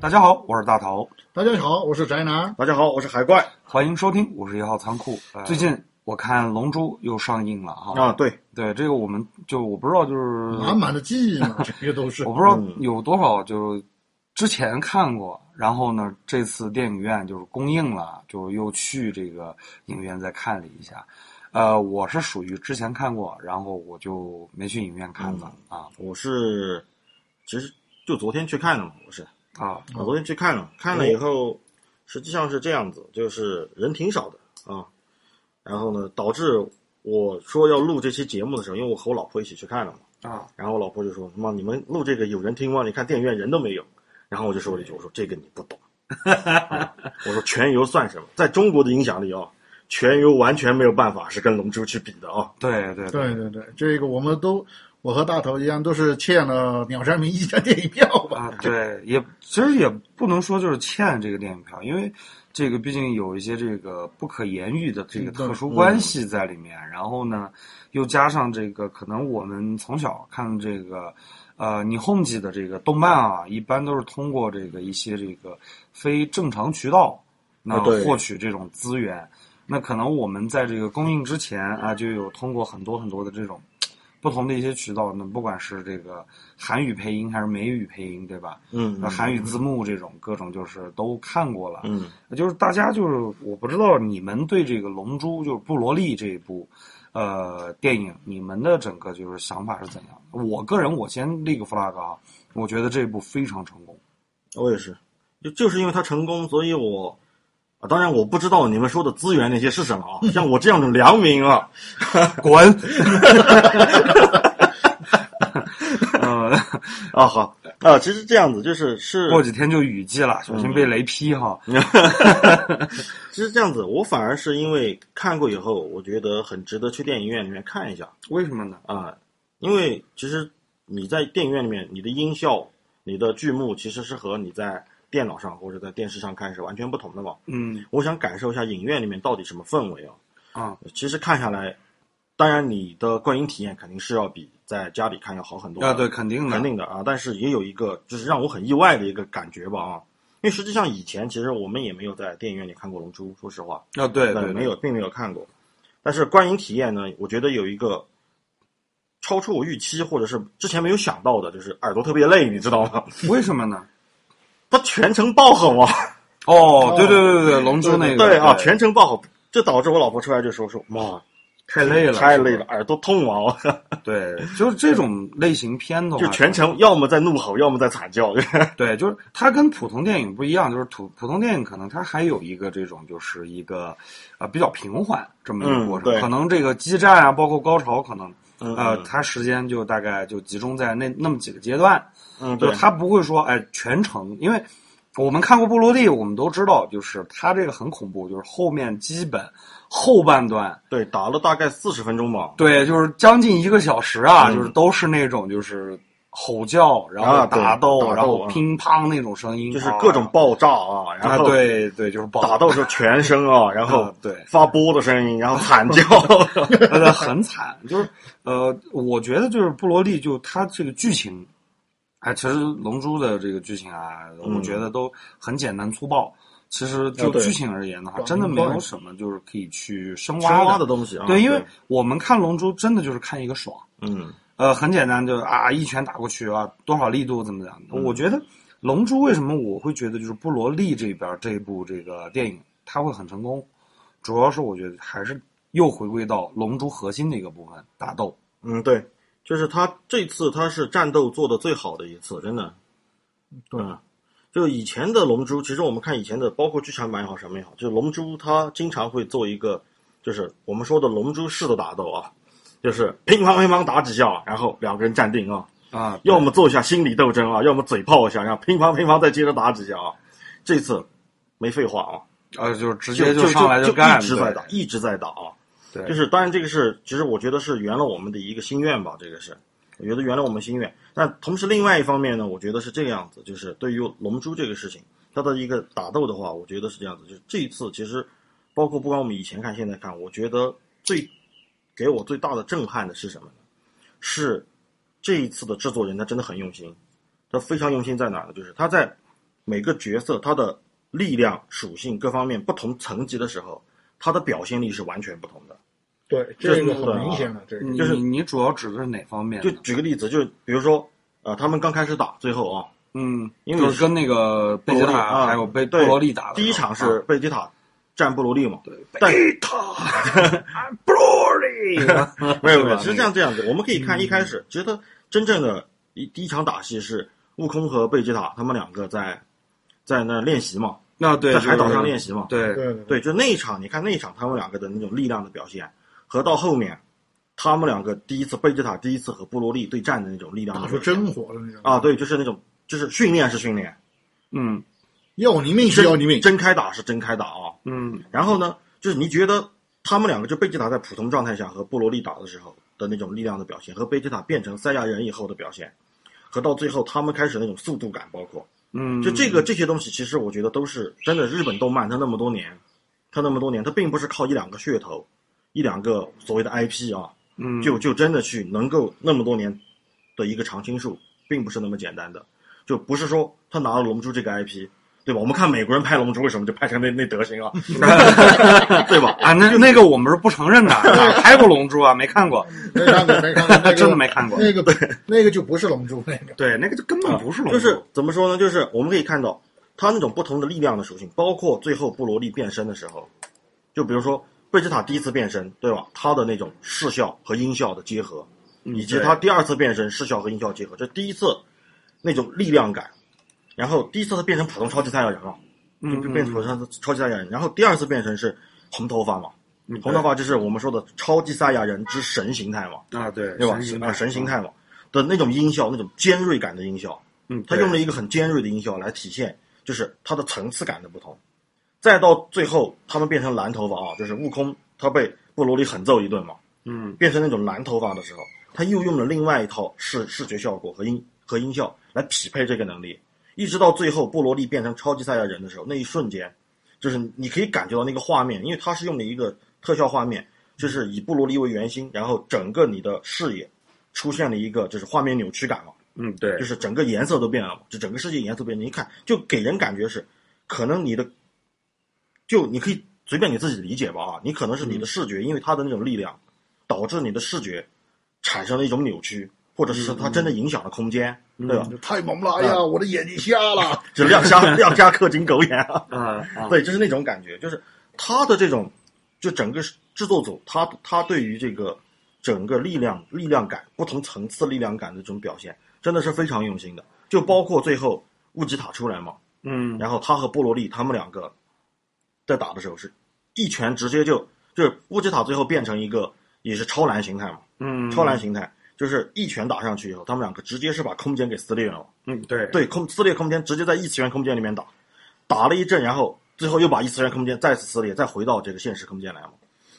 大家好，我是大头，大家好，我是宅男。大家好，我是海怪欢迎收听，我是一号仓库。呃最近我看《龙珠》又上映了哈，啊，对，对这个我们就我不知道就是满满的记忆 嘛，这个都是嗯我。不知道有多少就之前看过，然后呢，这次电影院就是公映了，就又去这个影院再看了一下。呃，我是属于之前看过，然后我就没去影院看了、啊我是其实就昨天去看了嘛，我是啊我昨天去看了，看了以后，实际上是这样子，就是人挺少的啊，然后呢，导致我说要录这期节目的时候，因为我和我老婆一起去看了嘛，啊！然后我老婆就说：“妈，你们录这个有人听吗？你看电影院人都没有。”然后我就说了一句：“我说这个你不懂。 啊我说全游算什么？在中国的影响力啊、全游完全没有办法是跟龙珠去比的啊、对对对对对，这个我们都，我和大头一样，都是欠了鸟山明一张电影票 吧？啊，对，也其实也不能说就是欠这个电影票，因为这个毕竟有一些这个不可言喻的这个特殊关系在里面。然后呢，又加上这个可能我们从小看这个呃，你 home 记的这个动漫啊，一般都是通过这个一些这个非正常渠道那啊对获取这种资源。那可能我们在这个公映之前啊，就有通过很多很多的这种不同的一些渠道，那不管是这个韩语配音还是美语配音，对吧？嗯那韩语字幕这种各种就是都看过了，嗯，就是大家就是我不知道你们对这个《龙珠》就是布罗利这一部，呃，电影你们的整个就是想法是怎样的？我个人我先立个 flag 啊，我觉得这一部非常成功。我也是，就就是因为它成功，所以我啊，当然我不知道你们说的资源那些是什么啊，像我这样的良民啊，滚！ 呃，啊好啊，其实这样子就是是过几天就雨季了，小心被雷劈哈。嗯其实这样子，我反而是因为看过以后，我觉得很值得去电影院里面看一下为什么呢？啊，因为其实你在电影院里面，你的音效、你的剧目其实是和你在电脑上或者在电视上看是完全不同的嘛。嗯我想感受一下影院里面到底什么氛围啊。啊，其实看下来，当然你的观影体验肯定是要比在家里看要好很多的啊，对，肯定的，肯定的啊。但是也有一个就是让我很意外的一个感觉吧啊，因为实际上以前其实我们也没有在电影院里看过《龙珠》，说实话，啊，对对，对，对没有，并没有看过。但是观影体验呢，我觉得有一个超出我预期，或者是之前没有想到的，就是耳朵特别累，你知道吗？为什么 呢？它全程爆吼啊！哦，对对对对，龙珠那个，对啊，全程爆吼，这导致我老婆出来就说说妈，太累了，太累了，。耳朵痛啊！我对，就是这种类型片的话，就全程要么在怒吼，要么在惨叫。 对，就是它跟普通电影不一样，就是普普通电影可能它还有一个这种就是一个呃比较平缓这么一个嗯过程，对可能这个激战啊，包括高潮，可能嗯呃嗯它时间就大概就集中在那那么几个阶段，嗯，就对是，他不会说哎全程，因为我们看过布罗利，我们都知道，就是他这个很恐怖，就是后面基本后半段，对，打了大概四十分钟吧。对，就是将近一个小时啊，嗯就是都是那种就是吼叫，然后啊对打斗，打斗然后啊乒乓那种声音，就是各种爆炸啊，嗯啊，然后对对，就是爆打斗时候全声啊，然后啊对发波的声音，然后惨 叫。呃，很惨，就是呃，我觉得就是布罗利，就他这个剧情，哎，其实《龙珠》的这个剧情啊，我嗯觉得都很简单粗暴。其实就啊对剧情而言的话，短真的平没有快什么就是可以去深青挖蛙的东西啊，对，因为我们看《龙珠》真的就是看一个爽，嗯呃，很简单，就是啊，一拳打过去啊，多少力度怎么怎么嗯样的。我觉得《龙珠》为什么我会觉得就是布罗利这边这部这个电影它会很成功，主要是我觉得还是又回归到《龙珠》核心的一个部分——打斗。嗯，对，就是他这次他是战斗做的最好的一次，真的。对嗯，就以前的龙珠，其实我们看以前的，包括剧场版也好，什么也好，就龙珠它经常会做一个，就是我们说的龙珠式的打斗啊，就是乒乓乒乓打几下，然后两个人站定啊，啊，要么做一下心理斗争啊，要么嘴炮一下，然后乒乓乒乓再接着打几下啊。这次没废话啊，呃，就是直就接就上来就干，一直在对打，一直在打啊。对，就是当然这个是，其实我觉得是圆了我们的一个心愿吧，这个是，我觉得圆了我们心愿。那同时另外一方面呢，我觉得是这个样子，就是对于龙珠这个事情，它的一个打斗的话，我觉得是这样子，就是这一次其实，包括不管我们以前看现在看，我觉得最给我最大的震撼的是什么呢？是这一次的制作人他真的很用心，他非常用心在哪呢？就是他在每个角色他的力量属性各方面不同层级的时候，他的表现力是完全不同的。对，这个很明显的，这个你就是你主要指的是哪方面就呢？举个例子，就比如说，呃，他们刚开始打，最后啊，嗯，因为就是跟那个贝吉布罗利塔啊还有贝布对罗利打的时候，第一场啊是贝吉塔战布罗利嘛，但贝塔，I'm Broly， 没有没对吧有，其实这样这样子，我们可以看一开嗯始，其实他真正的一第一场打戏是悟空和贝吉塔他们两个在在那练习嘛，那对在海岛上练习，习嘛，对，对对对，就那一场，你看那一场他们两个的那种力量的表现，和到后面他们两个第一次贝吉塔第一次和布罗利对战的那种力量的打表出现，真火了那哦种啊，，对，就是那种就是训练是训练，嗯要你命是要你命，真开打是真开打啊，嗯然后呢，就是你觉得他们两个就贝吉塔在普通状态下和布罗利打的时候的那种力量的表现，和贝吉塔变成赛亚人以后的表现，和到最后他们开始那种速度感，包括嗯，就这个这些东西，其实我觉得都是真的。日本动漫它那么多年，它那么多年，它并不是靠一两个噱头，一两个所谓的 IP 啊，嗯就就真的去能够那么多年的一个常青树，并不是那么简单的，就不是说他拿了《龙珠》这个 IP，对吧？我们看美国人拍《龙珠》，为什么就拍成那那德行啊， 对吧？啊，那那个我们是不承认 的，哪拍过《龙珠》啊？没看过，没看过没 看过，那个真的没看过。那个那个就不是龙珠那个，对，那个就根本不是龙珠，啊就是怎么说呢？就是我们可以看到它那种不同的力量的属性，包括最后布罗利变身的时候，就比如说贝吉塔第一次变身，对吧？它的那种视效和音效的结合，以及它第二次变身视效和音效结合，这第一次那种力量感，然后第一次它变成普通超级赛亚人了，就嗯就变成普通超级赛亚人，然后第二次变身是红头发嘛，红头发就是我们说的超级赛亚人之神形态嘛，啊，对，对吧？神啊，神形，态嘛的那种音效，那种尖锐感的音效。嗯，他对用了一个很尖锐的音效来体现，就是它的层次感的不同。再到最后，他们变成蓝头发啊，就是悟空他被布罗利狠揍一顿嘛，嗯变成那种蓝头发的时候，他又用了另外一套视视觉效果和音和音效来匹配这个能力，一直到最后布罗利变成超级赛亚人的时候，那一瞬间，就是你可以感觉到那个画面，因为它是用了一个特效画面，就是以布罗利为圆心，然后整个你的视野出现了一个就是画面扭曲感嘛。嗯对就，是整个颜色都变了嘛，就整个世界颜色变了。你一看，就给人感觉是，可能你的，就你可以随便你自己理解吧啊，你可能是你的视觉，因为它的那种力量，导致你的视觉产生了一种扭曲，或者是它真的影响了空间，对吧？太猛了！哎呀，嗯我的眼睛瞎了。就亮瞎 亮瞎氪金狗眼啊，啊啊，对，就是那种感觉，就是他的这种，就整个制作组他他对于这个整个力量力量感不同层次力量感的这种表现，真的是非常用心的。就包括最后乌吉塔出来嘛，嗯然后他和波罗利他们两个在打的时候是一拳直接就就是乌吉塔最后变成一个也是超蓝形态嘛，嗯，超蓝形态就是一拳打上去以后，他们两个直接是把空间给撕裂了嘛。嗯对对空撕裂空间，直接在异次元空间里面打，打了一阵，然后最后又把异次元空间再次撕裂，再回到这个现实空间来嘛。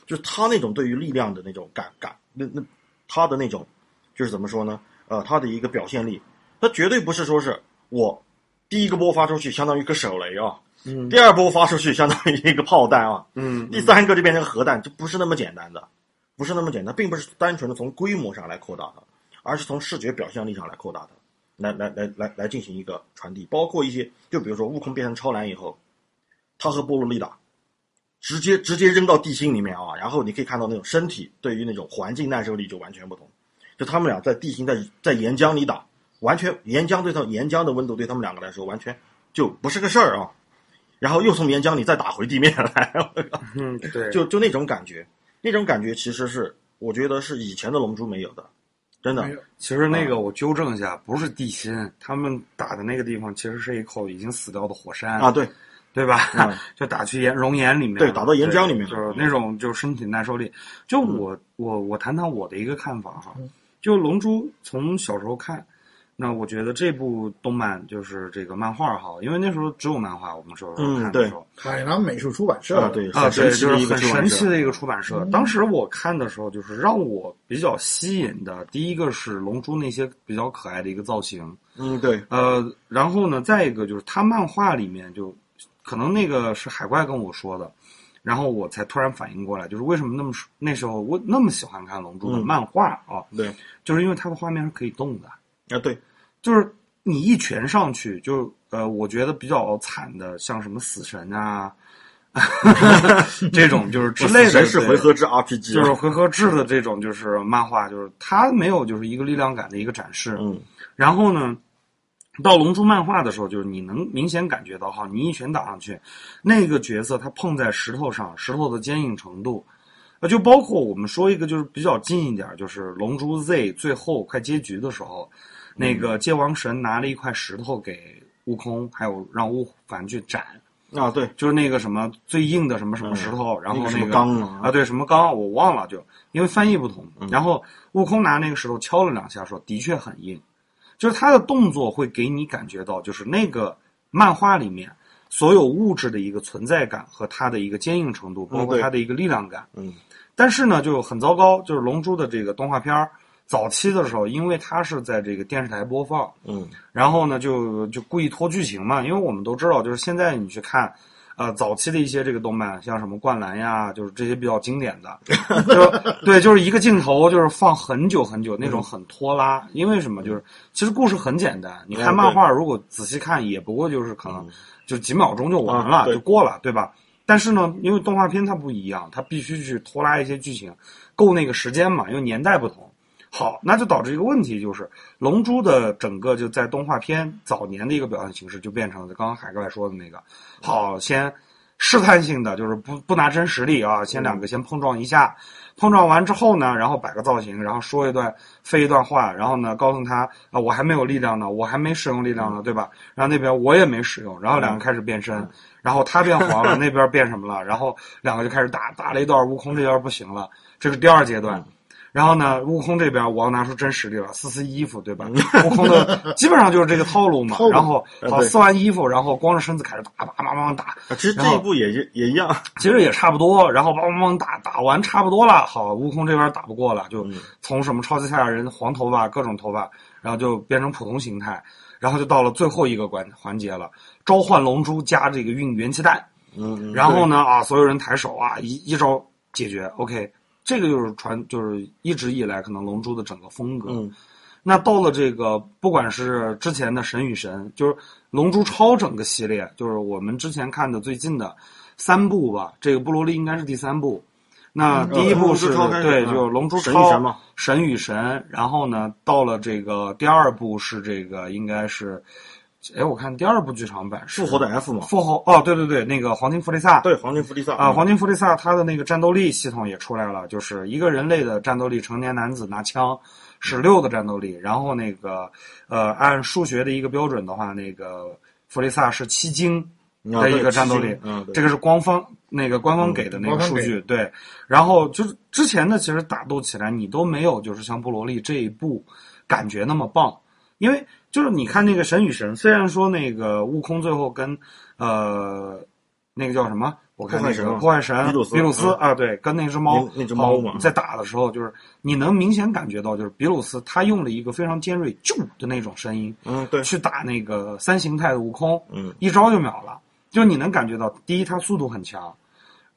就是他那种对于力量的那种感感，那那他的那种就是怎么说呢？呃，他的一个表现力，他绝对不是说是我第一个波发出去相当于一个手雷啊，嗯第二波发出去相当于一个炮弹啊，嗯第三个就变成核弹，就不是那么简单的，不是那么简单，并不是单纯的从规模上来扩大它，而是从视觉表现力上来扩大它，来来来来来进行一个传递，包括一些，就比如说悟空变成超蓝以后，他和波罗利达直接直接扔到地心里面啊，然后你可以看到那种身体对于那种环境耐受力就完全不同，就他们俩在地心在在岩浆里打，完全岩浆对他岩浆的温度对他们两个来说完全就不是个事儿啊。然后又从岩浆里再打回地面来，嗯对，就就那种感觉，那种感觉其实是我觉得是以前的龙珠没有的，真的没有其实那啊个我纠正一下，不是地心，他们打的那个地方其实是一口已经死掉的火山啊，，对对吧？嗯 就打去岩熔岩里面了，对打到岩浆里面嗯对就是了那种就是身体耐受力。就我、我我谈谈我的一个看法哈，嗯就《龙珠》从小时候看，那我觉得这部动漫就是这个漫画哈，因为那时候只有漫画，我们小时候嗯看的对时候。海南美术出版社啊，对啊，很对，神奇就的是一个很出版神奇社嗯的一个出版社。当时我看的时候，就是让我比较吸引的，第一个是龙珠那些比较可爱的一个造型，嗯对呃，然后呢，再一个就是他漫画里面就，可能那个是海怪跟我说的，然后我才突然反应过来，就是为什么那么那时候我那么喜欢看《龙珠》的嗯漫画啊，对就是因为它的画面是可以动的，啊对就是你一拳上去，就呃，我觉得比较惨的，像什么死神啊， 这种就是 之类的，谁是回合制 RPG，就是回合制的这种，就是漫画，就是它没有就是一个力量感的一个展示。嗯，然后呢，到龙珠漫画的时候，就是你能明显感觉到哈，你一拳打上去，那个角色他碰在石头上，石头的坚硬程度。啊，就包括我们说一个就是比较近一点，就是《龙珠 Z》最后快结局的时候，那嗯个界王神拿了一块石头给悟空，还有让悟凡去斩，啊对，就是那个什么最硬的什么什么石头，然后嗯那个什那么个钢啊嗯啊，对，什么钢我忘了就，因为翻译不同。然后悟空拿那个石头敲了两下，说的确很硬，就是他的动作会给你感觉到，就是那个漫画里面所有物质的一个存在感和它的一个坚硬程度，包嗯括对它的一个力量感。嗯，但是呢，就很糟糕，就是《龙珠》的这个动画片儿早期的时候，因为它是在这个电视台播放，嗯，然后呢，就就故意拖剧情嘛，因为我们都知道，就是现在你去看，呃，早期的一些这个动漫，像什么《灌篮》呀，就是这些比较经典的，就对，就是一个镜头就是放很久很久那种很拖拉，因为什么？就是其实故事很简单，你看嗯漫对画如果仔细看，也不过就是可能就几秒钟就完了，啊对就过了，对吧？但是呢，因为动画片它不一样，它必须去拖拉一些剧情，够那个时间嘛，因为年代不同。好，那就导致一个问题，就是《龙珠》的整个就在动画片早年的一个表现形式，就变成了刚刚海怪说的那个，好，先试探性的，就是不不拿真实力啊，先两个先碰撞一下，碰撞完之后呢，然后摆个造型，然后说一段废一段话，然后呢告诉他啊，我还没有力量呢，我还没使用力量呢，对吧？然后那边我也没使用，然后两个开始变身，然后他变黄了，那边变什么了，然后两个就开始打，打了一段，悟空这边不行了，这是第二阶段。然后呢，悟空这边我要拿出真实力了，撕撕衣服，对吧？悟空的基本上就是这个套路嘛。套路然后呃好对撕完衣服，然后光着身子开始打，叭叭叭叭打，啊其实然这后一部也也也一样，其实也差不多，然后梆梆梆打打完差不多了，好，悟空这边打不过了，就从什么超级赛亚人黄头发各种头发，然后就变成普通形态，然后就到了最后一个关环节了，召唤龙珠加这个运元气弹，嗯，嗯然后呢啊，所有人抬手啊，一一招解决，OK，这个就是传就是一直以来可能龙珠的整个风格，嗯那到了这个，不管是之前的《神与神》，就是《龙珠超》整个系列，就是我们之前看的最近的三部吧。这个布罗利应该是第三部。那第一部是、嗯龙珠超开始对，嗯就是《龙珠超神与》神嘛神与神然后呢，到了这个第二部是这个应该是，哎，我看第二部剧场版是复活的 F 嘛，复活哦，对对对，那个黄金弗利萨对，黄金弗利萨啊，黄金弗利萨他的那个战斗力系统也出来了，就是一个人类的战斗力，成年男子拿枪十六的战斗力，然后那个呃，按数学的一个标准的话，那个弗利萨是七精啊的一对个战七斗星力，嗯，对嗯这个是官方那个官方给的那个官方数给据，对。然后就是之前的其实打斗起来，你都没有就是像布罗利这一部感觉那么棒，因为就是你看那个神与神，虽然说那个悟空最后跟呃那个叫什么，我看破坏那个神嘛破坏神比鲁斯比鲁斯嗯啊，对，跟那只猫那那只猫嘛好在打的时候，就是你能明显感觉到，就是比鲁斯他用了一个非常尖锐“啾”的那种声音，嗯对，去打那个三形态的悟空，嗯，一招就秒了。就你能感觉到，第一，它速度很强，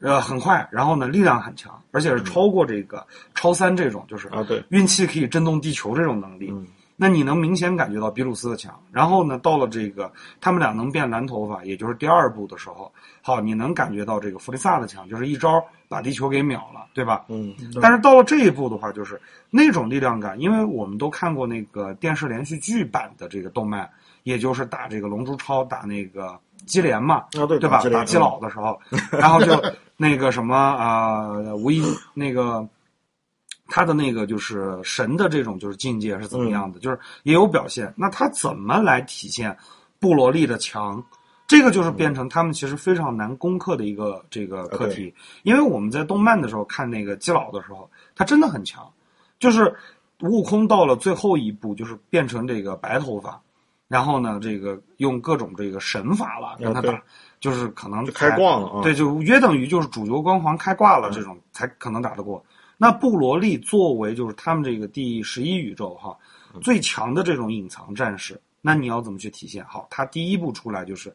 呃，很快，然后呢，力量很强，而且是超过这个超三这种，就是啊对运气可以震动地球这种能力。嗯那你能明显感觉到比鲁斯的强。然后呢，到了这个他们俩能变蓝头发，也就是第二部的时候，好，你能感觉到这个弗利萨的强，就是一招把地球给秒了，对吧？嗯但是到了这一步的话，就是那种力量感，因为我们都看过那个电视连续剧版的这个动漫，也就是打这个《龙珠超》打那个基连嘛，啊对对吧？打打基基佬佬的时候，然后就那个什么啊，呃无一那个他的那个就是神的这种就是境界是怎么样的，就是也有表现。那他怎么来体现布罗利的强？这个嗯就是变成他们其实非常难攻克的一个这个啊课题，因为我们在动漫的时候看那个基佬的时候，他真的很强，就是悟空到了最后一步，就是变成这个白头发，然后呢，这个用各种这个神法了跟他啊对打，就是可能就开才挂了啊，对，就约等于就是主角光环开挂了这种才可能打得过。那布罗利作为就是他们这个第十一宇宙哈最强的这种隐藏战士，那你要怎么去体现？好，他第一步出来就是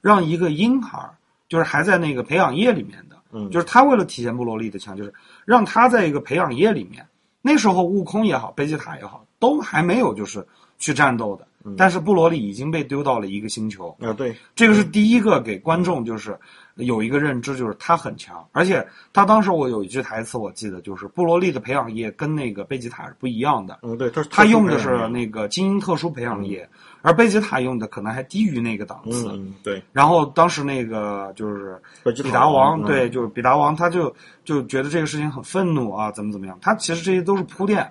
让一个婴孩儿，就是还在那个培养液里面的，嗯就是他为了体现布罗利的强，就是让他在一个培养液里面。那时候悟空也好，贝吉塔也好，都还没有就是去战斗的，但是布罗里已经被丢到了一个星球，啊、对，这个是第一个给观众就是有一个认知，就是他很强，而且他当时我有一句台词我记得，就是布罗利的培养液跟那个贝吉塔是不一样的，嗯，对，他他用的是那个精英特殊培养液，而贝吉塔用的可能还低于那个档次。嗯，对，然后当时那个就是本吉比达王，嗯对，就是比达王，他就就觉得这个事情很愤怒啊，怎么怎么样，他其实这些都是铺垫，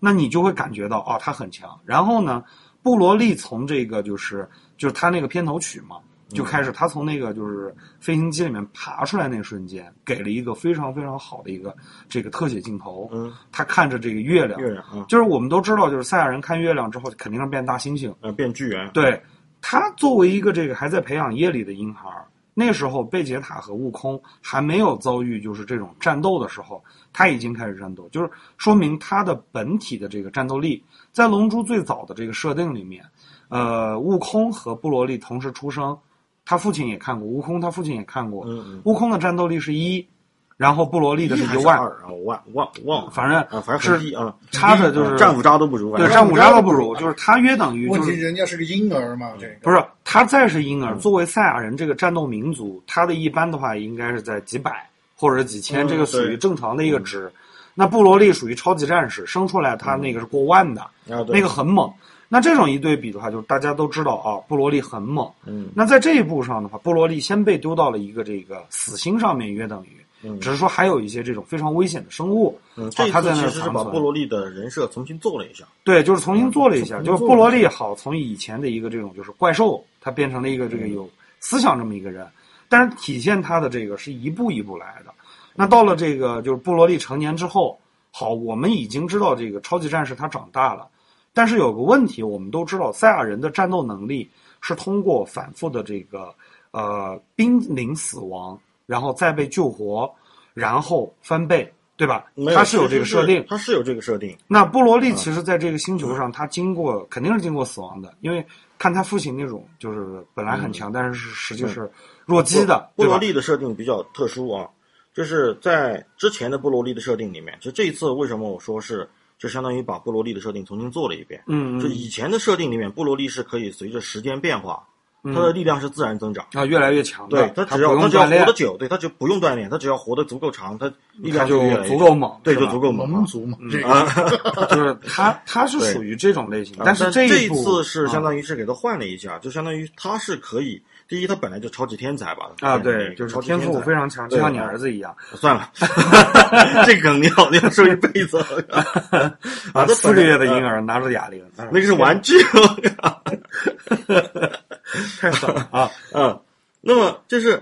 那你就会感觉到哦，他很强。然后呢，布罗利从这个就是就是他那个片头曲嘛，就嗯开始他从那个就是飞行机里面爬出来那瞬间，给了一个非常非常好的一个这个特写镜头，嗯，他看着这个月亮，月亮啊，就是我们都知道，就是赛亚人看月亮之后肯定是变大猩猩。呃，变巨猿，对他作为一个这个还在培养液里的婴孩儿，那时候贝杰塔和悟空还没有遭遇就是这种战斗的时候，他已经开始战斗，就是说明他的本体的这个战斗力，在龙珠最早的这个设定里面，呃，悟空和布罗利同时出生，他父亲也看过，悟空他父亲也看过，嗯嗯，悟空的战斗力是一，然后布罗利的是还一万，二啊，我忘忘忘了，反正啊，反正是很低啊，差着就是战五渣都不如，反对正战五渣都啊不如，就是他约等于问就题是人家是个婴儿嘛，这个不是，他再是婴嗯儿，作为赛亚人这个战斗民族，他的一般的话应该是在几百或者几千，嗯这个属于对嗯正常的一个值。那布罗利属于超级战士，生出来他那个是过万的，啊，对那个很猛。那这种一对比的话，就是大家都知道啊，布罗利很猛。嗯，那在这一步上的话，布罗利先被丢到了一个这个死星上面，约等于，嗯只是说还有一些这种非常危险的生物，嗯，啊这一他在那次其儿实是长把存布罗利的人设重新做了一下，对，就是重新做了一下，嗯就是重新做布了一下罗利好，从以前的一个这种就是怪兽，他变成了一个这个嗯有思想这么一个人，但是体现他的这个是一步一步来的。那到了这个就是布罗利成年之后，好，我们已经知道这个超级战士他长大了，但是有个问题，我们都知道赛亚人的战斗能力是通过反复的这个呃濒临死亡，然后再被救活，然后翻倍，对吧没？有他是有这个设定，他是有这个设定，那布罗利嗯其实在这个星球上，他经过肯定是经过死亡的，因为看他父亲那种，就是本来很强，但是实际是弱鸡的，布对嗯罗吧？利的设定比较特殊啊，就是在之前的布罗利的设定里面，就这一次为什么我说是，就相当于把布罗利的设定重新做了一遍。嗯就嗯以前的设定里面，布罗利是可以随着时间变化，他嗯的力量是自然增长。啊，越来越强的，对他只不要用他只要锻活炼得，久，对他就不用锻炼，他只要活得足够长，他力他量就越来越足强够猛，对，是就吧足够猛蒙了。族嗯嘛，这个啊，就是他 他是对啊属于这种类型，但是这一啊部次是相于当于是给他换了一下，就相当于他是可以，第一他本来就超级天才吧，啊，他本来对，就是嗯超级天赋才非常强，就对像你儿子一样，算了，这梗你好，你要说一辈子啊，四个月的婴儿，儿拿着哑铃，啊那个是玩具， 太狠了啊！嗯，那么就是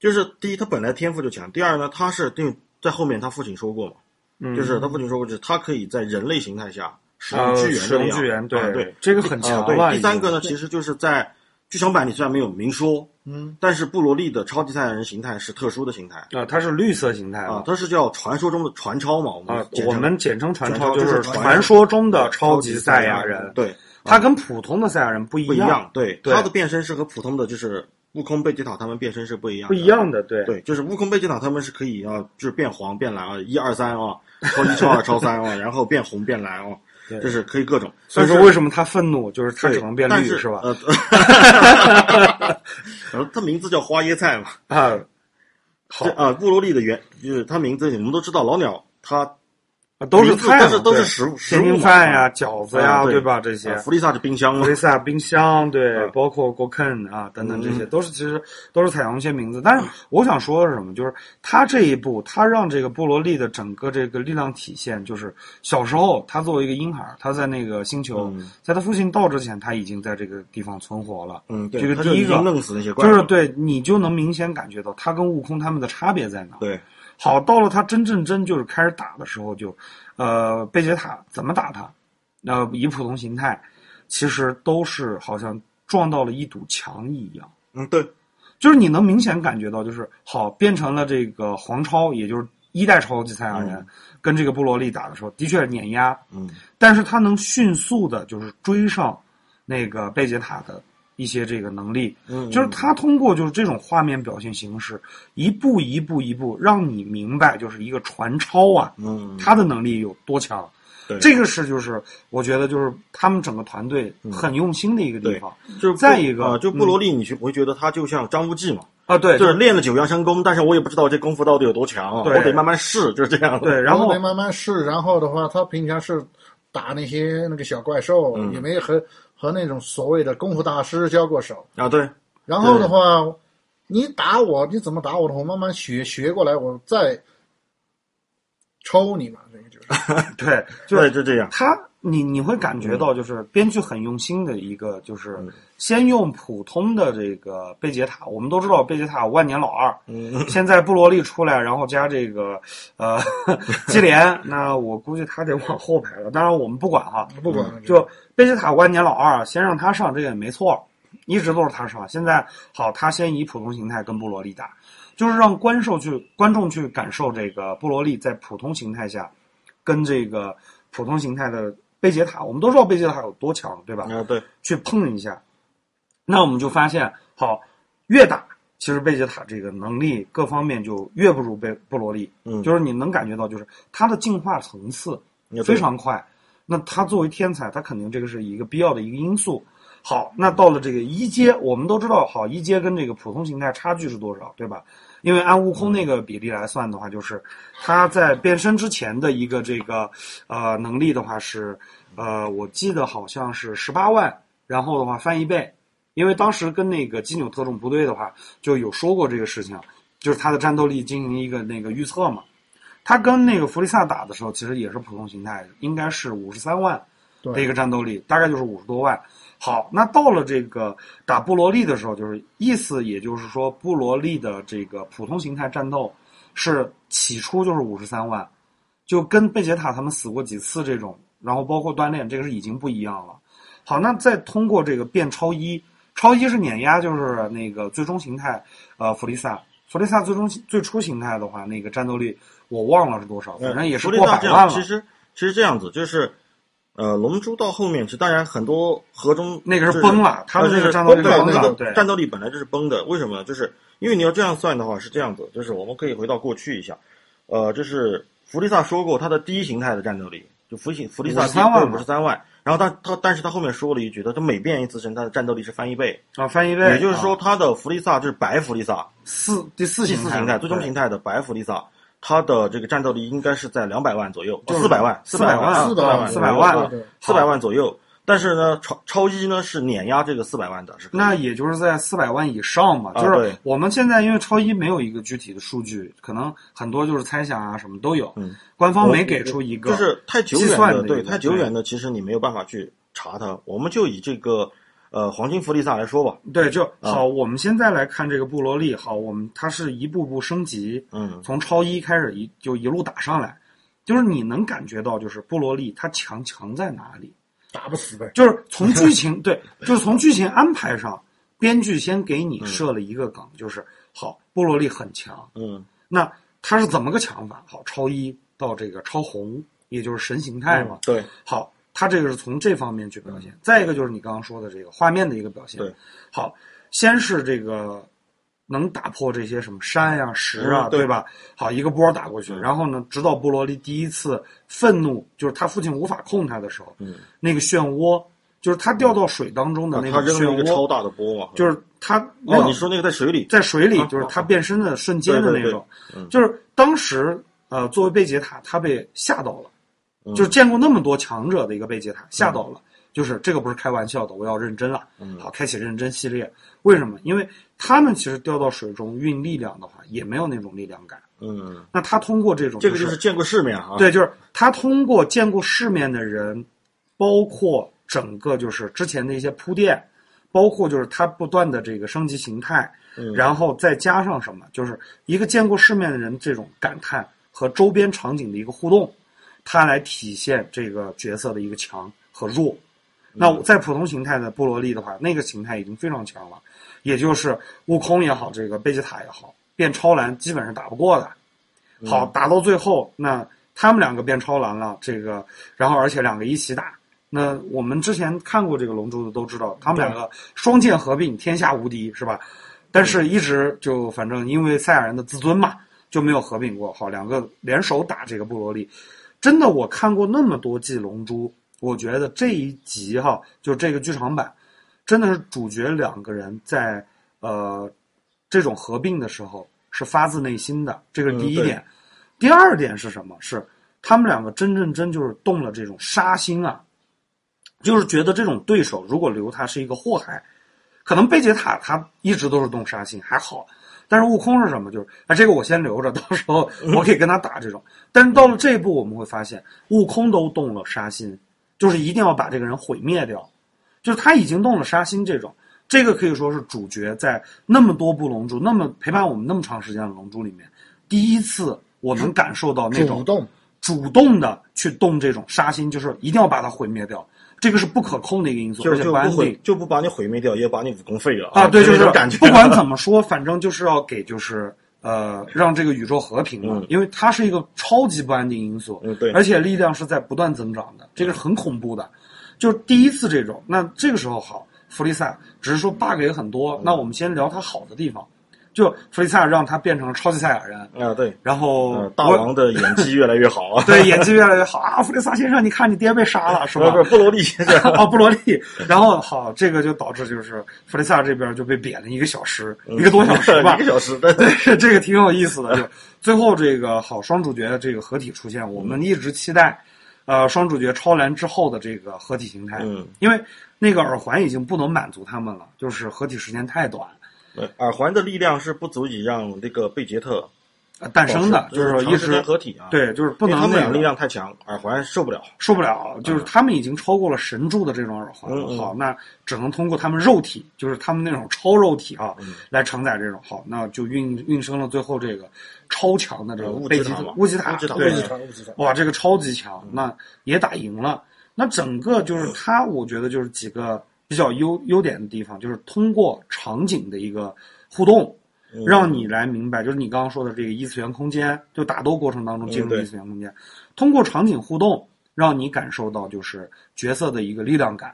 就是第一，他本来天赋就强，第二呢，他是对在后面他父亲说过嘛，嗯就是他父亲说过，就是他可以在人类形态下使用呃，巨使用猿的啊巨源，对对对，这个很啊强了。对，第三个呢，其实就是在剧场版里虽然没有明说，嗯，但是布罗利的超级赛亚人形态是特殊的形态已经，啊，它是绿色形态啊的，它是叫传说中的传超嘛，我啊们简，我称们简称传超，传是说就是传说中的超级赛亚人。对。啊他跟普通的赛亚人不一不一样，，对，对他的变身是和普通的就是悟空、贝吉塔他们变身是不一样，不一。样的，对，对，就是悟空、贝吉塔他们是可以啊，就是变黄、变蓝啊，一二三啊，超一、超二、超三啊，然后变红、变蓝啊， 对就是可以各种。所以说但是为什么他愤怒，就是他只能变但绿，是是吧？呃， 然后他名字叫花椰菜嘛，啊，好这，啊，布罗利的原就是他名字，我们都知道老鸟他啊都是名字菜都嘛，是都是对食物食天物津嘛饭呀、饺子呀，啊对对吧？这些啊弗利萨是冰箱嘛弗，利 萨冰箱，对，嗯包括 Goken 啊等等这些，嗯都是其实都是采用一些名字。但是我想说的是什么，就是他这一步，他让这个布罗利的整个这个力量体现，就是小时候他作为一个婴孩儿，他在那个星球，嗯在他父亲到之前，他已经在这个地方存活了。嗯，这对，个他第就一已经个弄死那些怪就物，是对你就能明显感觉到他跟悟空他们的差别在哪。对，好，到了他真正真就是开始打的时候，就，呃，贝杰塔怎么打他？呃，以普通形态，其实都是好像撞到了一堵墙一样，嗯，对，就是你能明显感觉到，就是好变成了这个黄超，也就是一代超级赛亚人，嗯跟这个布罗利打的时候，的确碾压，嗯，但是他能迅速的就是追上那个贝杰塔的一些这个能力，嗯就是他通过就是这种画面表现形式，一步一步一步让你明白，就是一个传超啊，嗯，他的能力有多强。对这个是就是我觉得就是他们整个团队很用心的一个地嗯对方就是再布一个啊、就布罗利，你去会觉得他就像张无忌嘛，啊。对就是练了九阳神功，但是我也不知道这功夫到底有多强啊，对我得慢慢试，就是这样的。对，然后得慢慢试，然后的话，他平常是打那些那个小怪兽，嗯也没和和那种所谓的功夫大师交过手。啊，对，然后的话，你打我，你怎么打我的，我慢慢学学过来，我再抽你嘛，这个 就是。对，就对，是就这样。他，你你会感觉到，就是编剧很用心的一个，就是嗯先用普通的这个贝杰塔，我们都知道贝杰塔万年老二，嗯， 现在布罗利出来，然后加这个呃基连，那我估计他得往后排了。当然我们不管哈，不管了就贝吉塔万年老二，先让他上，这个也没错，一直都是他上。现在好，他先以普通形态跟布罗利打，就是让观众去观众去感受这个布罗利在普通形态下跟这个普通形态的贝杰塔，我们都知道贝杰塔有多强，对吧？啊，对，去碰一下，那我们就发现，好，越打其实贝吉塔这个能力各方面就越不如贝布罗利，嗯，就是你能感觉到，就是他的进化层次也对非常快。那他作为天才，他肯定这个是一个必要的一个因素。好，那到了这个一阶，我们都知道，好一阶跟这个普通形态差距是多少，对吧？因为按悟空那个比例来算的话，就是他在变身之前的一个这个呃能力的话是呃，我记得好像是十八万，然后的话翻一倍，因为当时跟那个基纽特种部队的话就有说过这个事情，就是他的战斗力进行一个那个预测嘛。他跟那个弗利萨打的时候，其实也是普通形态，应该是五十三万的一对，个战斗力，大概就是五十多万。好，那到了这个打布罗利的时候，就是意思也就是说，布罗利的这个普通形态战斗是起初就是五十三万，就跟贝杰塔他们死过几次这种，然后包括锻炼，这个是已经不一样了。好，那再通过这个变超一，超一是碾压，就是那个最终形态，呃，弗利萨，弗利萨最终最初形态的话，那个战斗力我忘了是多少，反正也是呃弗嗯利过萨百这万样了其。实其实这样子就是，呃，龙珠到后面是当然很多河中那个就是崩了他们呃那个就是战斗力崩了崩那了个对战斗力本来就是崩的，为什么呢？就是因为你要这样算的话是这样子，就是我们可以回到过去一下，呃，就是弗利萨说过他的第一形态的战斗力就弗形弗利萨53万嘛五十三万，然后他他但是他后面说了一句，他他每变一次身，他的战斗力是翻一倍，啊，翻一倍，也就是说啊他的弗利萨就是白弗利萨，四第四第形四态形态、了，最终对形态的白弗利萨，它的这个战斗力应该是在两百万左右，就是四百万， 400百万万，啊400万四百400万四百万左右。但是呢，超超一呢是碾压这个四百万的，是可以那也就是在四百万以上嘛，啊就是对我们现在因为超一没有一个具体的数据，可能很多就是猜想啊，什么都有。嗯官方没给出一个，就是太久计远算的的，一对，个太久远的，其实你没有办法去查它。我们就以这个呃黄金弗利萨来说吧，对，就啊好。我们现在来看这个布罗利，好，我们它是一步步升级，嗯，从超一开始一就一路打上来，就是你能感觉到，就是布罗利它强强在哪里。打不死呗。就是从剧 情对，就是从剧情安排上，编剧先给你设了一个梗，就是好，布罗利很强，嗯，那他是怎么个强法？好，超一到这个超红，也就是神形态嘛。对，好，他这个是从这方面去表现。再一个就是你刚刚说的这个画面的一个表现。嗯对，好，先是这个能打破这些什么山呀、石啊，嗯对嗯吧？好，一个波打过去，然后呢，直到布罗利第一次愤怒，就是他父亲无法控他的时候，嗯，那个漩涡，就是他掉到水当中的啊那他个扔漩了一个超涡，大的波嘛，就是是他哦那，你说那个在水里，在水里啊，就是他变身的瞬间的对那对种对，嗯就是当时呃，作为贝杰塔，他被吓到了，嗯就是见过那么多强者的一个贝杰塔，吓到了，就是这个不是开玩笑的，我要认真了。嗯好，开启认真系列，为什么？因为他们其实掉到水中运力量的话，也没有那种力量感。嗯，那他通过这种，这个就是见过世面啊，，对，就是他通过见过世面的人，包括整个就是之前的一些铺垫，包括就是他不断的这个升级形态，嗯然后再加上什么，就是一个见过世面的人这种感叹和周边场景的一个互动，他来体现这个角色的一个强和弱。那嗯我在普通形态的布罗利的话，那个形态已经非常强了，也就是悟空也好，这个贝吉塔也好，变超蓝基本上打不过的。好，打到最后，那他们两个变超蓝了，这个，然后而且两个一起打。那我们之前看过这个《龙珠》的都知道，他们两个双剑合并，天下无敌，是吧？但是一直就反正因为赛亚人的自尊嘛，就没有合并过。好，两个联手打这个布罗利，真的我看过那么多季《龙珠》，我觉得这一集哈，就这个剧场版，真的是主角两个人在呃这种合并的时候是发自内心的，这个是第一嗯对点。第二点是什么？是他们两个真正真就是动了这种杀心啊，就是觉得这种对手如果留他是一个祸害，可能贝吉塔他一直都是动杀心，还好。但是悟空是什么？就是啊，这个我先留着，到时候我可以跟他打这种。但是到了这一步，我们会发现，悟空都动了杀心，就是一定要把这个人毁灭掉，就是他已经动了杀心这种。这个可以说是主角在那么多部《龙珠》，那么陪伴我们那么长时间的《龙珠》里面，第一次我能感受到那种主动，主动的去动这种杀心，就是一定要把它毁灭掉，这个是不可控的一个因素，就而是且不就不安毁定就不把你毁灭掉，也把你武功废了啊。对，就这是种感觉。不管怎么说，反正就是要给就是呃让这个宇宙和平嘛嗯，因为它是一个超级不安定因素，嗯对而且力量是在不断增长的，这个是很恐怖的。就是第一次这种，那这个时候好，弗利萨只是说 bug 也很多，那我们先聊它好的地方，就弗利萨让他变成超级赛亚人，啊，对，然后呃大我，王的演技越来越好啊对演技越来越好啊，弗利萨先生，你看你爹被杀了是 不吧？是不是布罗 利先生，哦，布罗利，然后好，这个就导致就是弗利萨这边就被贬了一个小时，一个多小时吧嗯 一个，小时，对对 对，这个挺有意思的。就最后这个好双主角的这个合体出现，我们一直期待，呃，双主角超然之后的这个合体形态，嗯，因为那个耳环已经不能满足他们了，就是合体时间太短，对耳环的力量是不足以让这个贝杰特呃诞生的，就是说长一时间直合体啊，，对，就是不因能为他们那俩个力量太强，耳环受不了。受不了，就是他们已经超过了神柱的这种耳环了。嗯嗯好，那只能通过他们肉体，就是他们那种超肉体啊，嗯来承载这种。好，那就运运生了最后这个超强的这个呃物贝质吉塔特嘛乌吉塔，物质塔对物质场物质场，哇，这个超级强，那也打赢了。那整个嗯就是它，我觉得就是几个比较优优点的地方，就是通过场景的一个互动，嗯让你来明白，就是你刚刚说的这个异次元空间，就打斗过程当中进入嗯对异次元空间，通过场景互动，让你感受到就是角色的一个力量感，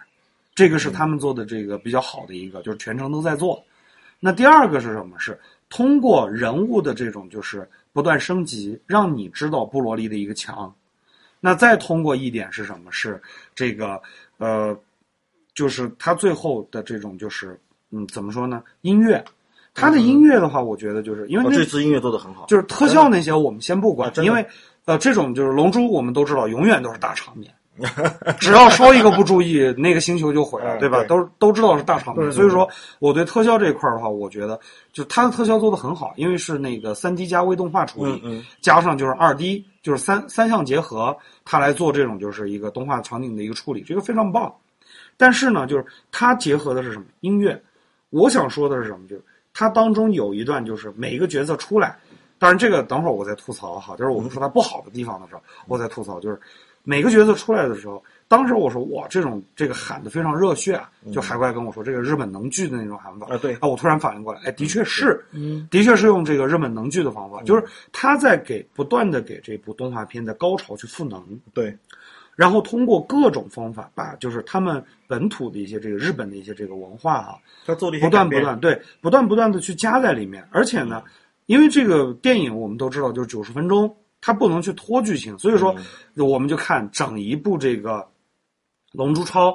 这嗯个是他们做的这个比较好的一个，就是全程都在做。那第二个是什么？是通过人物的这种就是不断升级，让你知道布罗利的一个强。那再通过一点是什么？是这个呃，就是他最后的这种就是嗯，怎么说呢？音乐，他的音乐的话，我觉得就是因为哦，那这次音乐做的很好，就是特效那些我们先不管啊，真的因为呃，这种就是龙珠，我们都知道永远都是大场面。只要稍一个不注意，那个星球就毁了，嗯对吧？对都都知道是大场面，对所以说我对特效这一块儿的话，我觉得就是它的特效做的很好，因为是那个三 D 加微动画处理，嗯嗯加上就是二 D，就是三三项结合，它来做这种就是一个动画场景的一个处理，这个非常棒。但是呢，就是它结合的是什么音乐？我想说的是什么？就是它当中有一段，就是每一个角色出来，当然这个等会儿我再吐槽哈，就是我们说它不好的地方的时候，我再吐槽，就是每个角色出来的时候，当时我说哇，这种这个喊的非常热血啊，就海怪跟我说这个日本能剧的那种喊法啊对啊，我突然反应过来，哎，的确是，嗯，的确是用这个日本能剧的方法，就是他在给不断的给这部动画片的高潮去赋能，对，然后通过各种方法把就是他们本土的一些这个日本的一些这个文化哈、他做了一些不断改不变嗯断对不断不断的去加在里面，而且呢，因为这个电影我们都知道就是九十分钟，它不能去拖剧情，所以说嗯我们就看整一部这个《龙珠超》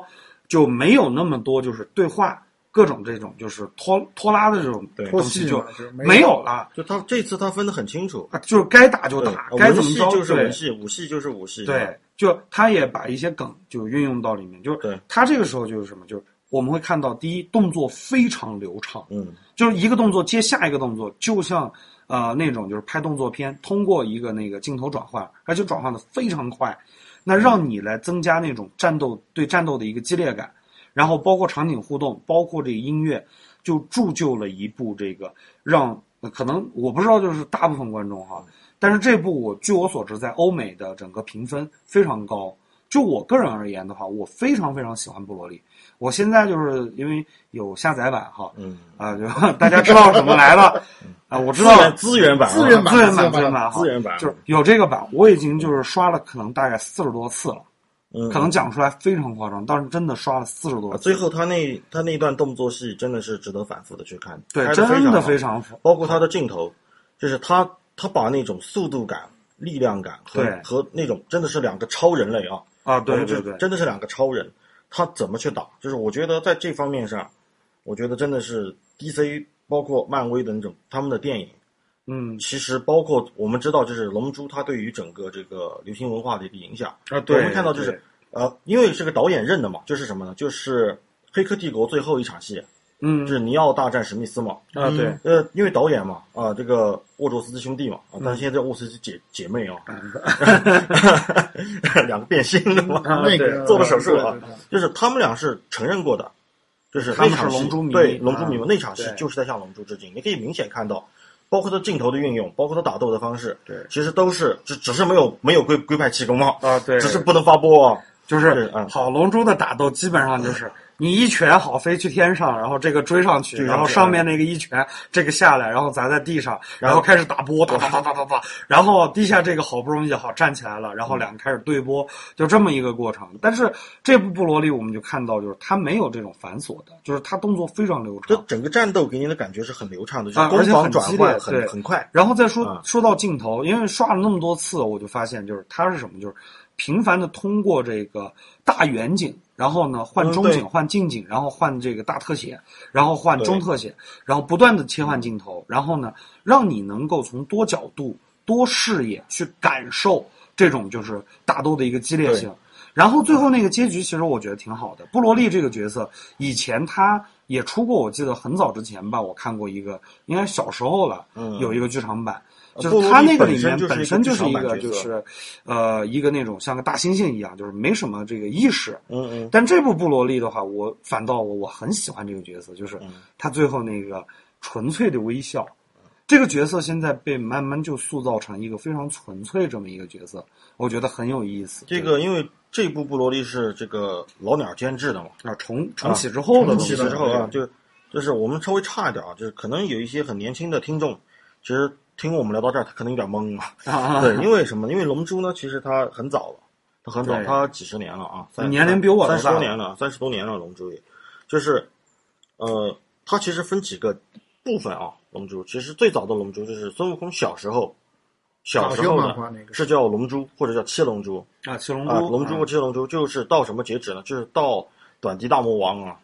就没有那么多就是对话各种这种就是拖拖拉的这种对脱东西戏就嘛，就是没有了。就他这次他分得很清楚，啊，就是该打就对打，该怎文么戏着就是对文戏，武戏就是武戏，对，就他也把一些梗就运用到里面，就是对他这个时候就是什么，就是我们会看到第一动作非常流畅，嗯，就是一个动作接下一个动作，就像呃那种就是拍动作片，通过一个那个镜头转换，而且转换的非常快，那让你来增加那种战斗对战斗的一个激烈感，然后包括场景互动，包括这个音乐，就铸就了一部这个让呃可能我不知道就是大部分观众哈，但是这部我据我所知在欧美的整个评分非常高。就我个人而言的话，我非常非常喜欢布罗利。我现在就是因为有下载版哈，嗯，啊，就 大家知道怎么来了啊，我知道资源资源版啊，资源版资源版资源版资源版哈资源版就是有这个版，我已经就是刷了可能大概四十多次了，嗯，可能讲出来非常夸张，但是真的刷了四十多啊次，最后他那他那段动作戏真的是值得反复的去看，对拍，得真的好非常包括他的镜头，就是他他把那种速度感力量感和对和那种真的是两个超人类啊，啊，我对们对就对，真的是两个超人，他怎么去打？就是我觉得在这方面上，我觉得真的是 DC 包括漫威的那种他们的电影，嗯其实包括我们知道，就是《龙珠》它对于整个这个流行文化的一个影响。啊，我对，们看到就是对呃，因为是个导演认的嘛，就是什么呢？就是《黑客帝国》最后一场戏，嗯就是尼奥大战史密斯嘛。啊，对，呃，因为导演嘛，啊、这个沃卓斯之兄弟嘛，嗯啊，但是现在沃卓斯姐姐妹啊， 两个变性的嘛，嗯那个对做了手术啊对对对就是他们俩是承认过的，就是他们那场是龙戏珠迷对啊龙珠迷嘛，那场戏对就是在向龙珠致敬，你可以明显看到，包括他镜头的运用，包括他打斗的方式，对其实都是只只是没有没有龟龟派气功啊，啊，对，只是不能发波啊，就是对嗯好龙珠的打斗，基本上就是你一拳好飞去天上，然后这个追上去，追上去然后上面那个一拳，这个下来，然后砸在地上，然然后后开始打波，啪啪啪啪啪啪，然后地下这个好不容易好站起来嗯了，然后两个开始对波，就这么一个过程。但是这部布罗利我们就看到，就是他没有这种繁琐的，就是他动作非常流这畅。整个战斗给你的感觉是很流畅的，就啊是攻而且防很转激换烈很对很快，然后再说、嗯说到镜头，因为刷了那么多次，我就发现就是它是什么，就是频繁的通过这个大远景，然后呢换嗯中对景、换近景，然后换这个大特写，然后换对中特写，然后不断的切换镜头，然后呢让你能够从多角度、多视野去感受这种就是打斗的一个激烈性。然后最后那个结局，其实我觉得挺好的。布罗利这个角色，以前他也出过，我记得很早之前吧，我看过一个，应该小时候了，嗯有一个剧场版，呃就布是鲁他利那个本里面身就是一本个身剧就是场一版个角就色是呃一个那种像个大猩猩一样，就是没什么这个意识。嗯嗯，但这部布罗利的话，我反倒我我很喜欢这个角色，就是嗯他最后那个纯粹的微笑。这个角色现在被慢慢就塑造成一个非常纯粹这么一个角色，我觉得很有意思。这个因为这部布罗利是这个老鸟监制的嘛，啊，重重启之后的东重启西，其了实之后啊，对就就是我们稍微差一点啊，就是可能有一些很年轻的听众，其实听我们聊到这儿，他可能有点懵啊。啊，对，因为什么呢？因为龙珠呢，其实它很早了，它很早，对它几十年了啊，三年龄比我都三大十多年了，三十多年了，龙珠也，就是呃，它其实分几个部分啊，龙珠其实最早的龙珠就是孙悟空小时候。小时早候就漫画那呢个 是叫龙珠或者叫七龙珠啊，七龙珠，啊，龙珠啊和七龙珠就是到什么截止呢？就是到短笛大魔王啊，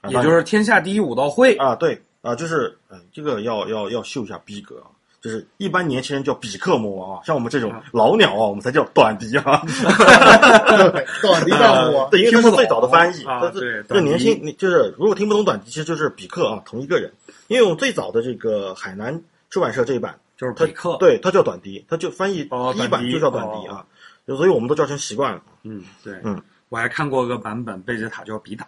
啊也就是天下第一武道会啊，对啊，就是嗯，这个要要要秀一下逼格啊。就是一般年轻人叫比克魔王啊，像我们这种老鸟啊，我们才叫短 笛啊。对，短笛大呃我，对，因为听不它懂是最早的翻译，啊但对是这个短笛年轻，你就是如果听不懂短笛，其实就是比克啊，同一个人。因为我们最早的这个海南出版社这一版，就是它比克，对它叫短笛，它就翻译哦第一短版笛就叫短笛啊，就所以我们都叫成习惯了嗯，对，嗯，我还看过个版本，贝吉塔叫比达，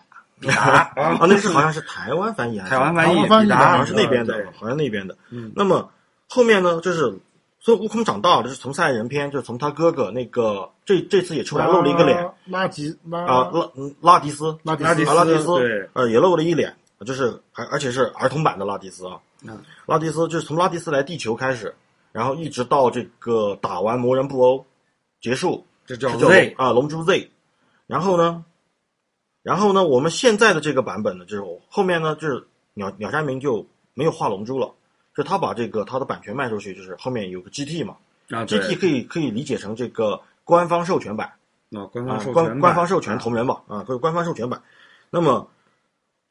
啊。那个是好像是台啊湾翻译还是台湾翻台译湾翻译比的达好像是那边的啊对，好像那边的。嗯那么后面呢，就是孙悟空长大了，就是从赛亚人篇，就是从他哥哥那个这这次也出来露了一个脸拉，拉吉拉啊，拉嗯拉迪斯，拉迪拉迪斯斯啊拉迪斯，对，呃，也露了一脸，就是还而且是儿童版的拉迪斯啊嗯。拉迪斯就是从拉迪斯来地球开始，然后一直到这个打完魔人布欧结束，这叫是 Z 啊，龙珠 Z。然后呢，然后呢，我们现在的这个版本呢，就是我后面呢，就是鸟鸟山明就没有画龙珠了，就他把这个他的版权卖出去，就是后面有个 GT 嘛啊，对，GT 可以可以理解成这个官方授权版啊，官啊方，授权官版官方授权同人吧啊，各官方授权版。那么。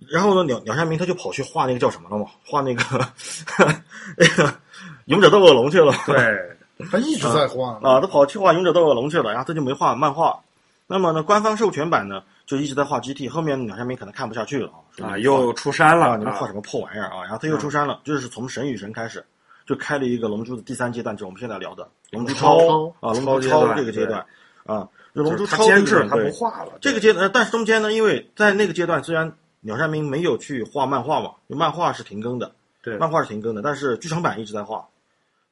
然后呢，鸟鸟山明他就跑去画那个叫什么了嘛？画那个 那个勇者斗恶龙去了。对，他一直在画啊，他跑去画《勇者斗恶龙》去了，然后他就没画漫画。那么呢，官方授权版呢，就一直在画 GT，后面鸟山明可能看不下去了啊，说啊，你们又嗯出山画啊，了，你们画什么破玩意儿啊？然后他又出山了，就是从神与神开始，就开了一个《龙珠》的第三阶段，就是我们现在聊的《龙珠超龙珠》啊，《龙超珠阶超》段这个阶段啊，就《龙就珠是超他》这监个阶制段他不对画了，这个阶段，但是中间呢，因为在那个阶段，虽然鸟山明没有去画漫画嘛，就漫画是停更的，对漫画是停更的，但是剧场版一直在画。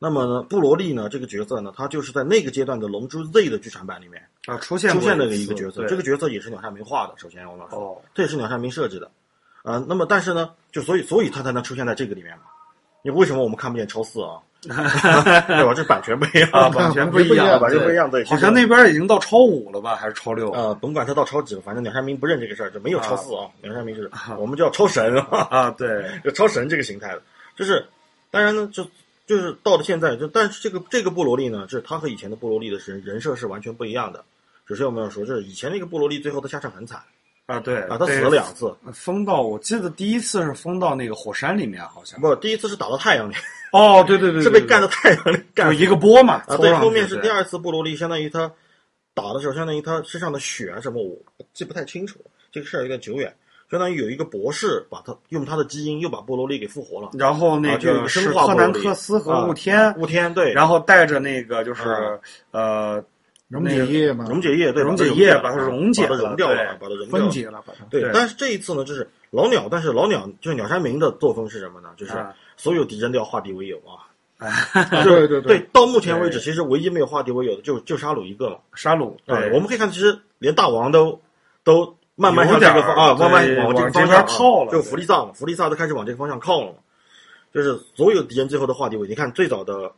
那么呢，布罗利呢这个角色呢，他就是在那个阶段的《龙珠 Z》的剧场版里面啊出现出过现的次一个角色，对这个角色也是鸟山明画的。首先，我们要说，哦，这也是鸟山明设计的，啊、那么但是呢，就所以所以他才能出现在这个里面嘛。因为为什么我们看不见超 四啊？对吧？这版权不一样啊，版版权不一一样样，版权对不一样，对，好就是像那边已经到超五了吧，还是超六？呃，甭管他到超几了，反正鸟山明不认这个事儿，就没有超四啊。鸟山明就是啊我们叫超神啊，啊，对，就超神这个形态的，就是当然呢，就就是到了现在，就但是这个这个布罗利呢，是他和以前的布罗利的人人设是完全不一样的。只是我们要说，就是以前那个布罗利最后的下场很惨啊，对啊，他死了两次，封到我记得第一次是封到那个火山里面，好像不，第一次是打到太阳里，哦，对对对，是被干到太阳里干有一个波嘛，啊，对，后面是第二次布罗利，相当于他打的时候，相当于他身上的血啊什么，我记不太清楚，这个事儿有点久远。相当于有一个博士把他用他的基因又把布罗利给复活了，然后那个是克南克斯和雾天，雾天啊对，啊然后带着那个就是呃。溶解液嘛，溶解液对，溶解液把它溶解把它了溶掉对了，把它溶掉分了。解了，把它对对，但是这一次呢，就是老鸟，但是老鸟就是鸟山明的作风是什么呢？就是啊所有敌人都要化敌为友啊。啊对对对对，，到目前为止，对其实唯一没有化敌为友的就就沙鲁一个嘛。沙鲁，啊对，，我们可以看，其实连大王都都慢慢向有点这儿个方啊，对慢慢往这个往这方边向啊靠了对就弗利萨嘛，弗利萨都开始往这个方向靠了嘛。就是所有敌人最后的化敌为友，你看最早的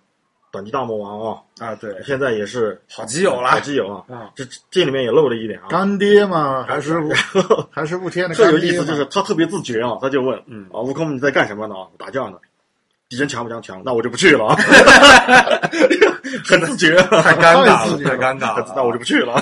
短笛大魔王啊，啊，对，现在也是好基友了好，基友啊。啊，这这里面也漏了一点啊，干爹嘛，还是然 后还是雾天的特干有意爹思，就是嘛，他特别自觉啊，他就问，嗯啊，悟空你在干什么呢？打架呢。敌人强不强？强，那我就不去了啊，很自觉啊，太尴 尬太了，刺激太了尴尬了，那我就不去了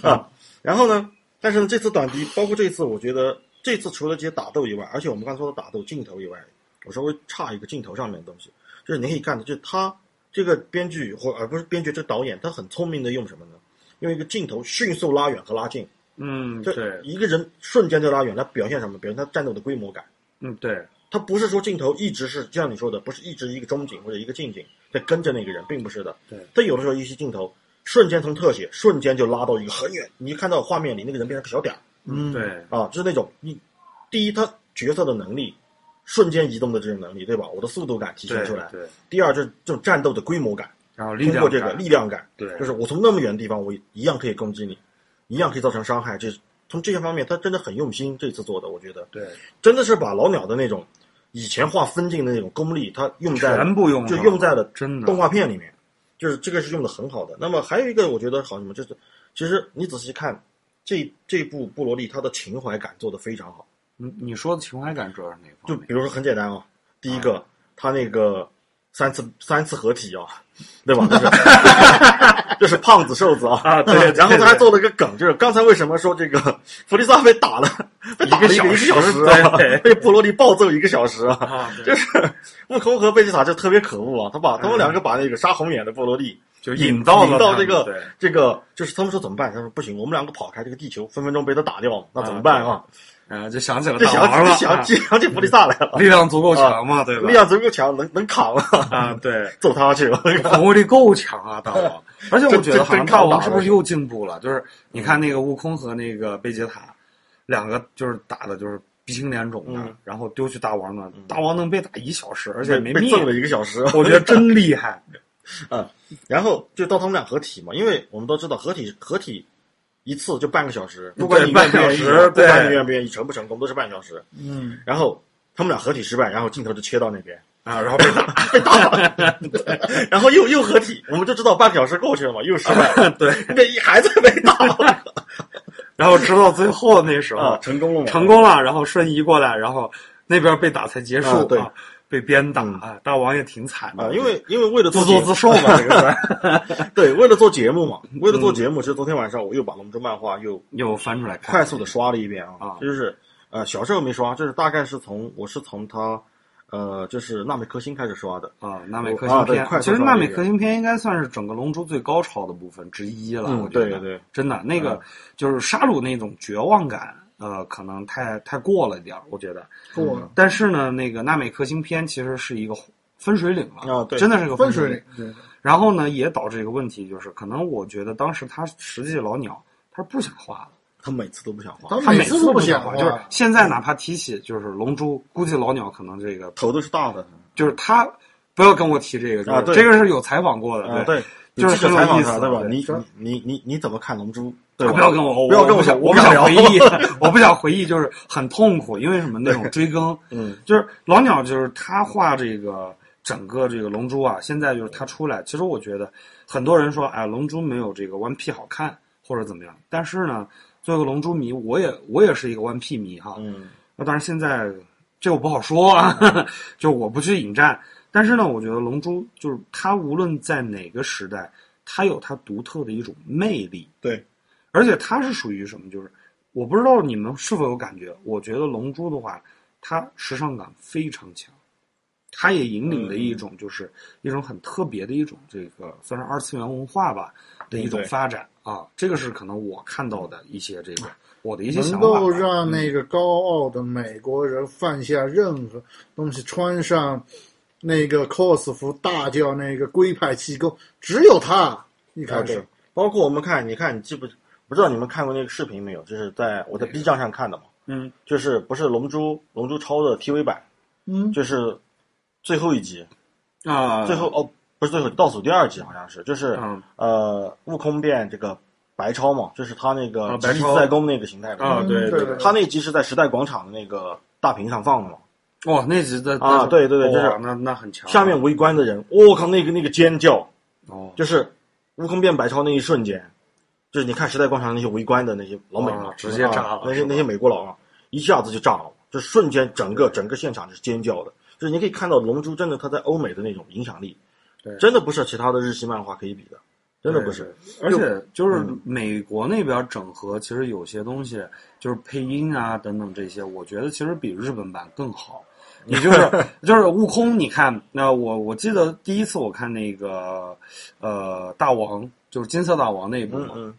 啊。然后呢，但是呢，这次短笛，包括这次，我觉得这次除了这些打斗以外，而且我们刚才说的打斗镜头以外，我稍微差一个镜头上面的东西，就是你可以看的，就是他这个编剧或而不是编剧，这导演他很聪明的用什么呢？用一个镜头迅速拉远和拉近，嗯，这对，一个人瞬间就拉远，他表现什么？表现他战斗的规模感。嗯，对，他不是说镜头一直是，就像你说的，不是一直一个中景或者一个近景在跟着那个人，并不是的。对，他有的时候一些镜头瞬间从特写瞬间就拉到一个很远，你一看到画面里那个人变成个小点儿嗯，对，啊，就是那种你第一他角色的能力，瞬间移动的这种能力，对吧？我的速度感体现对出来。对，第二就是这种战斗的规模感，然后力通量过这个感力量感，对，就是我从那么远的地方，我一样可以攻击你，一样可以造成伤害。这从这些方面，他真的很用心，这次做的，我觉得对，真的是把老鸟的那种以前画分镜的那种功力，他用在全部用就上用在了真的动画片里面，就是这个是用的很好的。那么还有一个我觉得好什么，就是其实你仔细看这这部布罗利，他的情怀感做的非常好。你你说的情怀感主要是哪就方面？比如说很简单啊，第一个他那个三次三次 合体啊，对吧？就是就是 胖子瘦子啊，啊对然后对他还对做了一个梗，就是刚才为什么说这个弗利萨被打了，被打了一一个个一个小小时时啊 对，被布罗利暴揍一个小时啊，啊，就对是悟空和贝吉塔就特别可恶啊，他把嗯他们两个把那个杀红眼的布罗利。就引到引了到他这们个对这个，就是他们说怎么办？他说不行，我们两个跑开，这个地球分分钟被他打掉，那怎么办啊？啊，就想起了就大想王起了就，想啊嗯起想起弗利萨来了，力量足够强嘛，对吧？力量足够强，能能扛啊，啊，对，揍他去吧！防卫力够强啊，大 王！而且我觉得好像大王是不是又进步了？就是你看那个悟空和那个贝吉塔，两个就是打的就是鼻青脸肿的嗯，然后丢去大王那，大王能被打一小时，而且没被被灭揍，了一个小时，我觉得真厉 害。然后就到他们俩合体嘛，因为我们都知道合体合体一次就半个小时，对不管你愿不愿意啊半个小时，不管对你愿不愿意成不成功都是半小时。嗯，然后他们俩合体失败，然后镜头就切到那边，啊，然后被打，被打了，然后又又合体，我们就知道半个小时过去了嘛，又失败了， 对，被还在被 打了然后直到最后那时啊，候 成功了嘛，成功了，然后瞬移过来，然后那边被打才结啊束，对啊，被鞭打嗯，啊大王也挺惨啊，的，因为因为为了自做作节自受吧，这 个算对，为了做嗯节目嘛，为了做节目，其实昨天晚上我又把《龙珠》漫画又又翻出来看，快速的刷了一遍啊啊，就是呃小时候没刷，就是大概是从我是从他呃就是纳美克星开始刷的，啊，纳美克啊星对片，快其速实刷纳这美个克星片应该算是整个《龙珠》最高潮的部分之一了，嗯我觉得。对嗯对真的那个就是杀戮那种绝望感，呃，可能太太过了一点儿，我觉得。过了但是呢，那个纳美克星片其实是一个分水岭了，啊对真的是个分水水岭，对然后呢，也导致一个问题，就是可能我觉得当时他实际老鸟他是不想画的。他每次都不想画，他他每每次都不不想啊画，画就是现在哪怕提起就是龙珠，估计老鸟可能这个头都是大的就是他不要跟我提这个，就是啊对这个是有采访过的，啊，对，你就是记者很有采访意思他对吧？对你是你你你你怎么看《龙珠》？对啊吧？不要跟我，不要跟我我想，我我不不想想回聊忆， 我不想回忆，就是很痛苦，因为什么那种追更， 嗯，就是老鸟，就是他画这个整个这个龙珠啊，现在就是他出来，其实我觉得很多人说，哎，龙珠没有这个 One P 好看或者怎么样，但是呢，作为一个龙珠迷，我也我也是一个 One P 迷哈，嗯， 那当然现在这我不好说啊，就我不去引战。但是呢，我觉得《龙珠》就是它无论在哪个时代，它有它独特的一种魅力。对，而且它是属于什么？就是我不知道你们是否有感觉，我觉得《龙珠》的话，它时尚感非常强，它也引领了嗯一种就是、一种很特别的一种这个算是二次元文化吧的一种嗯对发展啊。这个是可能我看到的一些这个我的一些能想法吧。嗯够让那个高傲的美国人犯下任何东西，穿上那个 cos 服，大叫那个龟派气功，只有他一啊开始对，包括我们看，你看你记不？不知道你们看过那个视频没有？就是在我在 B 站上看的嘛，嗯，就是不是《龙珠》《龙珠超》的 TV 版，嗯，就是最后一集，啊，最后哦不是最后倒数第二集好像是，就是、嗯呃悟空变这个白超嘛，就是他那个啊白极超赛宫那个形态嘛啊，对对对，他那集是在时代广场的那个大屏上放的嘛，哇，那集的啊对对对就是那那很强。啊下面围观的人，我靠，那个那个尖叫，哦，就是悟空变白超那一瞬间，就是你看时代广场那些围观的那些老美嘛啊，直接炸了啊那是些吧那些美国佬啊，一下子就炸了，就瞬间整个整个现场是尖叫的，就是你可以看到《龙珠》真的它在欧美的那种影响力对，真的不是其他的日系漫画可以比的，真的不是。嗯而且就是美国那边整合，其实有些东西就是配音啊等等这些，我觉得其实比日本版更好。你就是 就是悟空，你看，那我我记得第一次我看那个呃大王，就是金色大王那一部嗯嘛，嗯，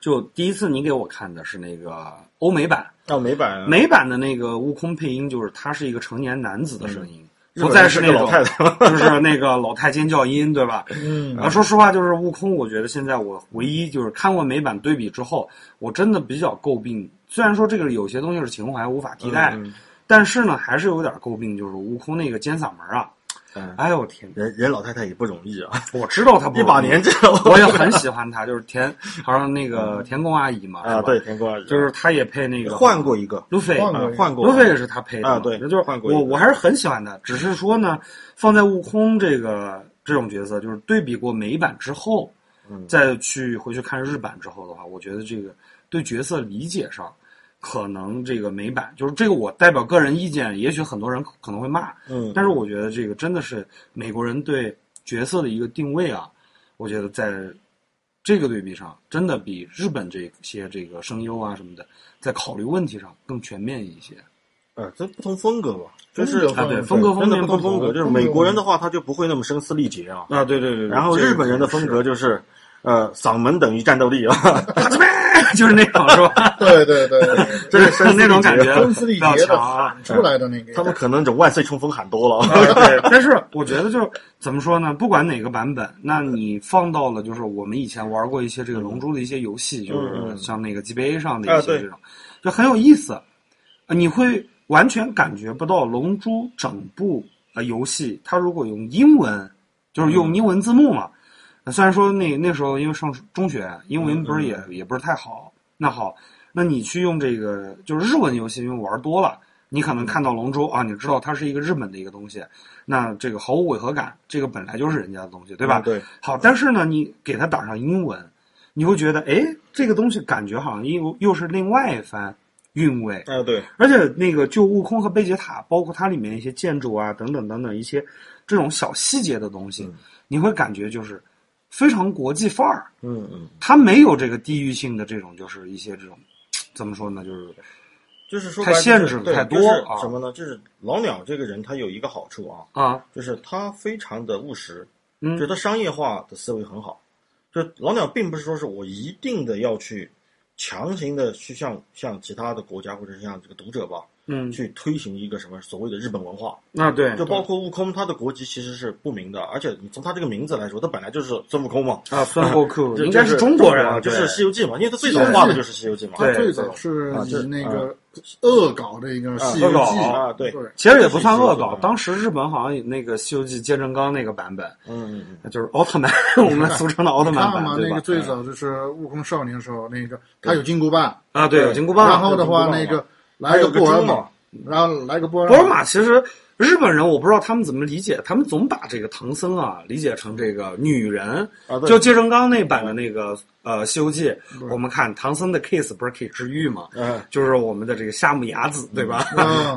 就第一次你给我看的是那个欧美版，到哦美版啊美版的那个悟空配音就是他是一个成年男子的声音，嗯日不本再人是是那个种老 太 太了，就是那个老太尖叫音，对吧？嗯啊，说实话，就是悟空，我觉得现在我唯一就是看过美版对比之后，我真的比较诟病。虽然说这个有些东西是情怀无法替代，嗯但是呢，还是有点诟病，就是悟空那个尖嗓门啊，嗯哎呦天，人人老太太也不容易啊， 我知道他不一把容易年纪我了也很喜欢他，就是田，好像那个田宫阿姨嘛，是嗯啊，吧对，，田瓜就是他也配那个换过一个，路飞，换啊过一个换过路飞也是他配的嘛啊对那就是换过一我个我还是很喜欢他，只是说呢，放在悟空这个这种角色，就是对比过美版之后，嗯再去回去看日版之后的话，我觉得这个对角色理解上，可能这个美版就是这个我代表个人意见，也许很多人可能会骂，嗯，但是我觉得这个真的是美国人对角色的一个定位啊，我觉得在这个对比上，真的比日本这些这个声优啊什么的，在考虑问题上更全面一些。呃，这不同风格吧，就是风格啊，对，嗯风格真方的面不同风格，就是美国人的话，他就不会那么声嘶力竭啊。啊，对对对。对然后日本人的风格就是，呃，嗓门等于战斗力啊，这个是 就是那种是 吧？ 对对对 对，对就是 那种感觉， 声嘶力比较竭的强啊。喊出来的那个，他们可能这万岁冲锋喊多了。 对，但是我觉得就是怎么说呢？不管哪个版本，那你放到了就是我们以前玩过一些这个《龙珠》的一些游戏，就是像那个 GBA 上的一啊些对这种，就很有意思。呃你会完全感觉不到《龙珠》整部呃游戏，它如果用英文，就是嗯用英文字幕嘛。呃虽然说那那时候因为上中学，英嗯文不是也、也不是太好。那好，那你去用这个就是日文游戏，因为玩多了，你嗯可能看到《龙珠》啊，你知道它是一个日本的一个东西，那这个毫无违和感，这个本来就是人家的东西，对吧？嗯对。好，但是呢，你给它打上英文，你会觉得，哎，这个东西感觉好像又又是另外一番韵味。哎，对，而且那个就悟空和贝吉塔，包括它里面一些建筑啊等等等等一些这种小细节的东西，你会感觉就是非常国际范儿。嗯嗯，它没有这个地域性的这种，就是一些这种怎么说呢，就是就是说太白了限就是制对太多就是啊什么呢？就是老鸟这个人他有一个好处啊，啊，就是他非常的务实，嗯就他商业化的思维很好。就老鸟并不是说是我一定的要去强行的去向向其他的国家或者是像这个读者吧，嗯，去推行一个什么所谓的日本文化，那嗯对，就包括悟空，他的国籍其实是不明的，而且你从他这个名字来说，他本来就是孙悟空嘛，啊，孙悟 空这应该这是中国人，啊啊就是《对西游记》嘛，因为他最早画的就是《西游记》嘛，他对最早是啊就是以那个恶搞这个《西游恶记搞》啊对对，其实也不算恶搞嗯。当时日本好像那个《西游记》接正刚那个版本，嗯嗯嗯，就是奥特曼， 我们俗称的奥特曼看版，嘛，对那吧个？哎最早就是悟空少年的时候，那个他有金箍棒，啊，对，有金箍棒。然后的话有金那箍棒个来有个个布尔猪玛嘛，然后来个布尔波尔玛其实日本人我不知道他们怎么理解，他们总把这个唐僧啊理解成这个女人。啊对就接正刚那版的那个呃《西游记》，我们看唐僧的 kiss 不是可以治愈吗？嗯哎就是我们的这个夏目雅子，对吧？ 嗯，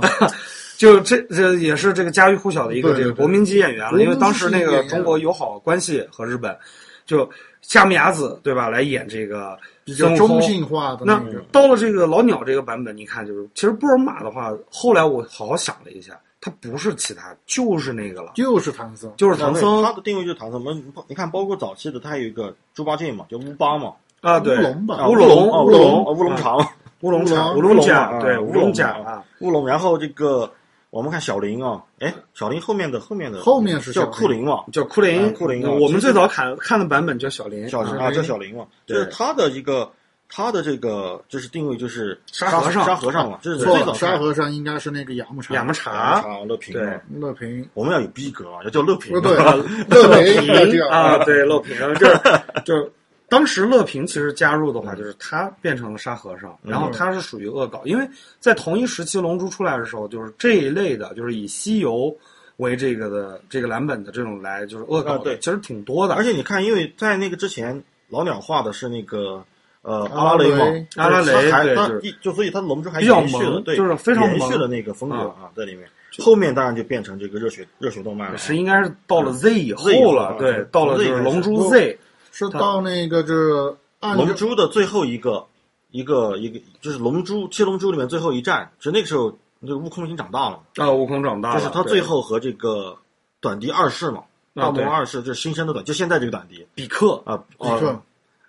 就这这也是这个家喻户晓的一个对这个对国民级演员了，国民因为当时那级演个员中国友好关系和日本，就夏目雅子对吧来演这个比较孙悟空中性化的那种。到了这个老鸟这个版本，你看就是，其实布尔玛的话，后来我好好想了一下，他不是其他，就是那个了，就是唐僧，就是唐僧他的定位就是唐僧。我们你看，包括早期的他有一个猪八戒嘛，叫乌巴嘛，啊，乌对，龙吧，啊乌乌龙啊乌乌龙嗯啊乌龙茶嘛，乌龙茶、乌乌龙龙甲，啊对，乌乌龙龙甲甲啊， 乌龙。然后这个我们看小林啊，哎，小林后面的后面的后面是小叫林库林嘛，叫库林，啊库林啊我们其实最早看看的版本叫小林，小林啊啊叫小林嘛，就对是他的一个他的这个就是定位就是沙沙和尚沙和尚嘛，这是最错早了，沙和尚应该是那个雅木茶，雅木茶茶，乐平嘛对。乐平，我们要有逼格啊，要叫乐平不啊。对，乐嗯平应该这样啊，，对，乐平， 就是就是。当时乐平其实加入的话，就是他变成了沙和尚，嗯然后他是属于恶搞，因为在同一时期《龙珠》出来的时候，就是这一类的，就是以西游为这个的这个蓝本的这种来，就是恶搞啊对的，其实挺多的。而且你看，因为在那个之前，老鸟画的是那个呃阿拉拉蕾蕾嘛，阿拉蕾就是他还对他就是一就所以他龙珠还比较延续了，萌对，就是非常延续萌了那个风格啊在里面。后面当然就变成这个热血热血动漫了啊，是应该是到了 Z 以后 Z 以后了啊，对，到了就是《龙珠从 Z》哦是到那个就是按啊龙照珠的最后一个一个一个就是龙珠七龙珠里面最后一战，就那个时候那个悟空已经长大了嘛，啊，悟空长大就了，是他对最后和这个短笛二世嘛，啊大魔对王二世就是新生的短，就现在这个短笛比克啊比啊克，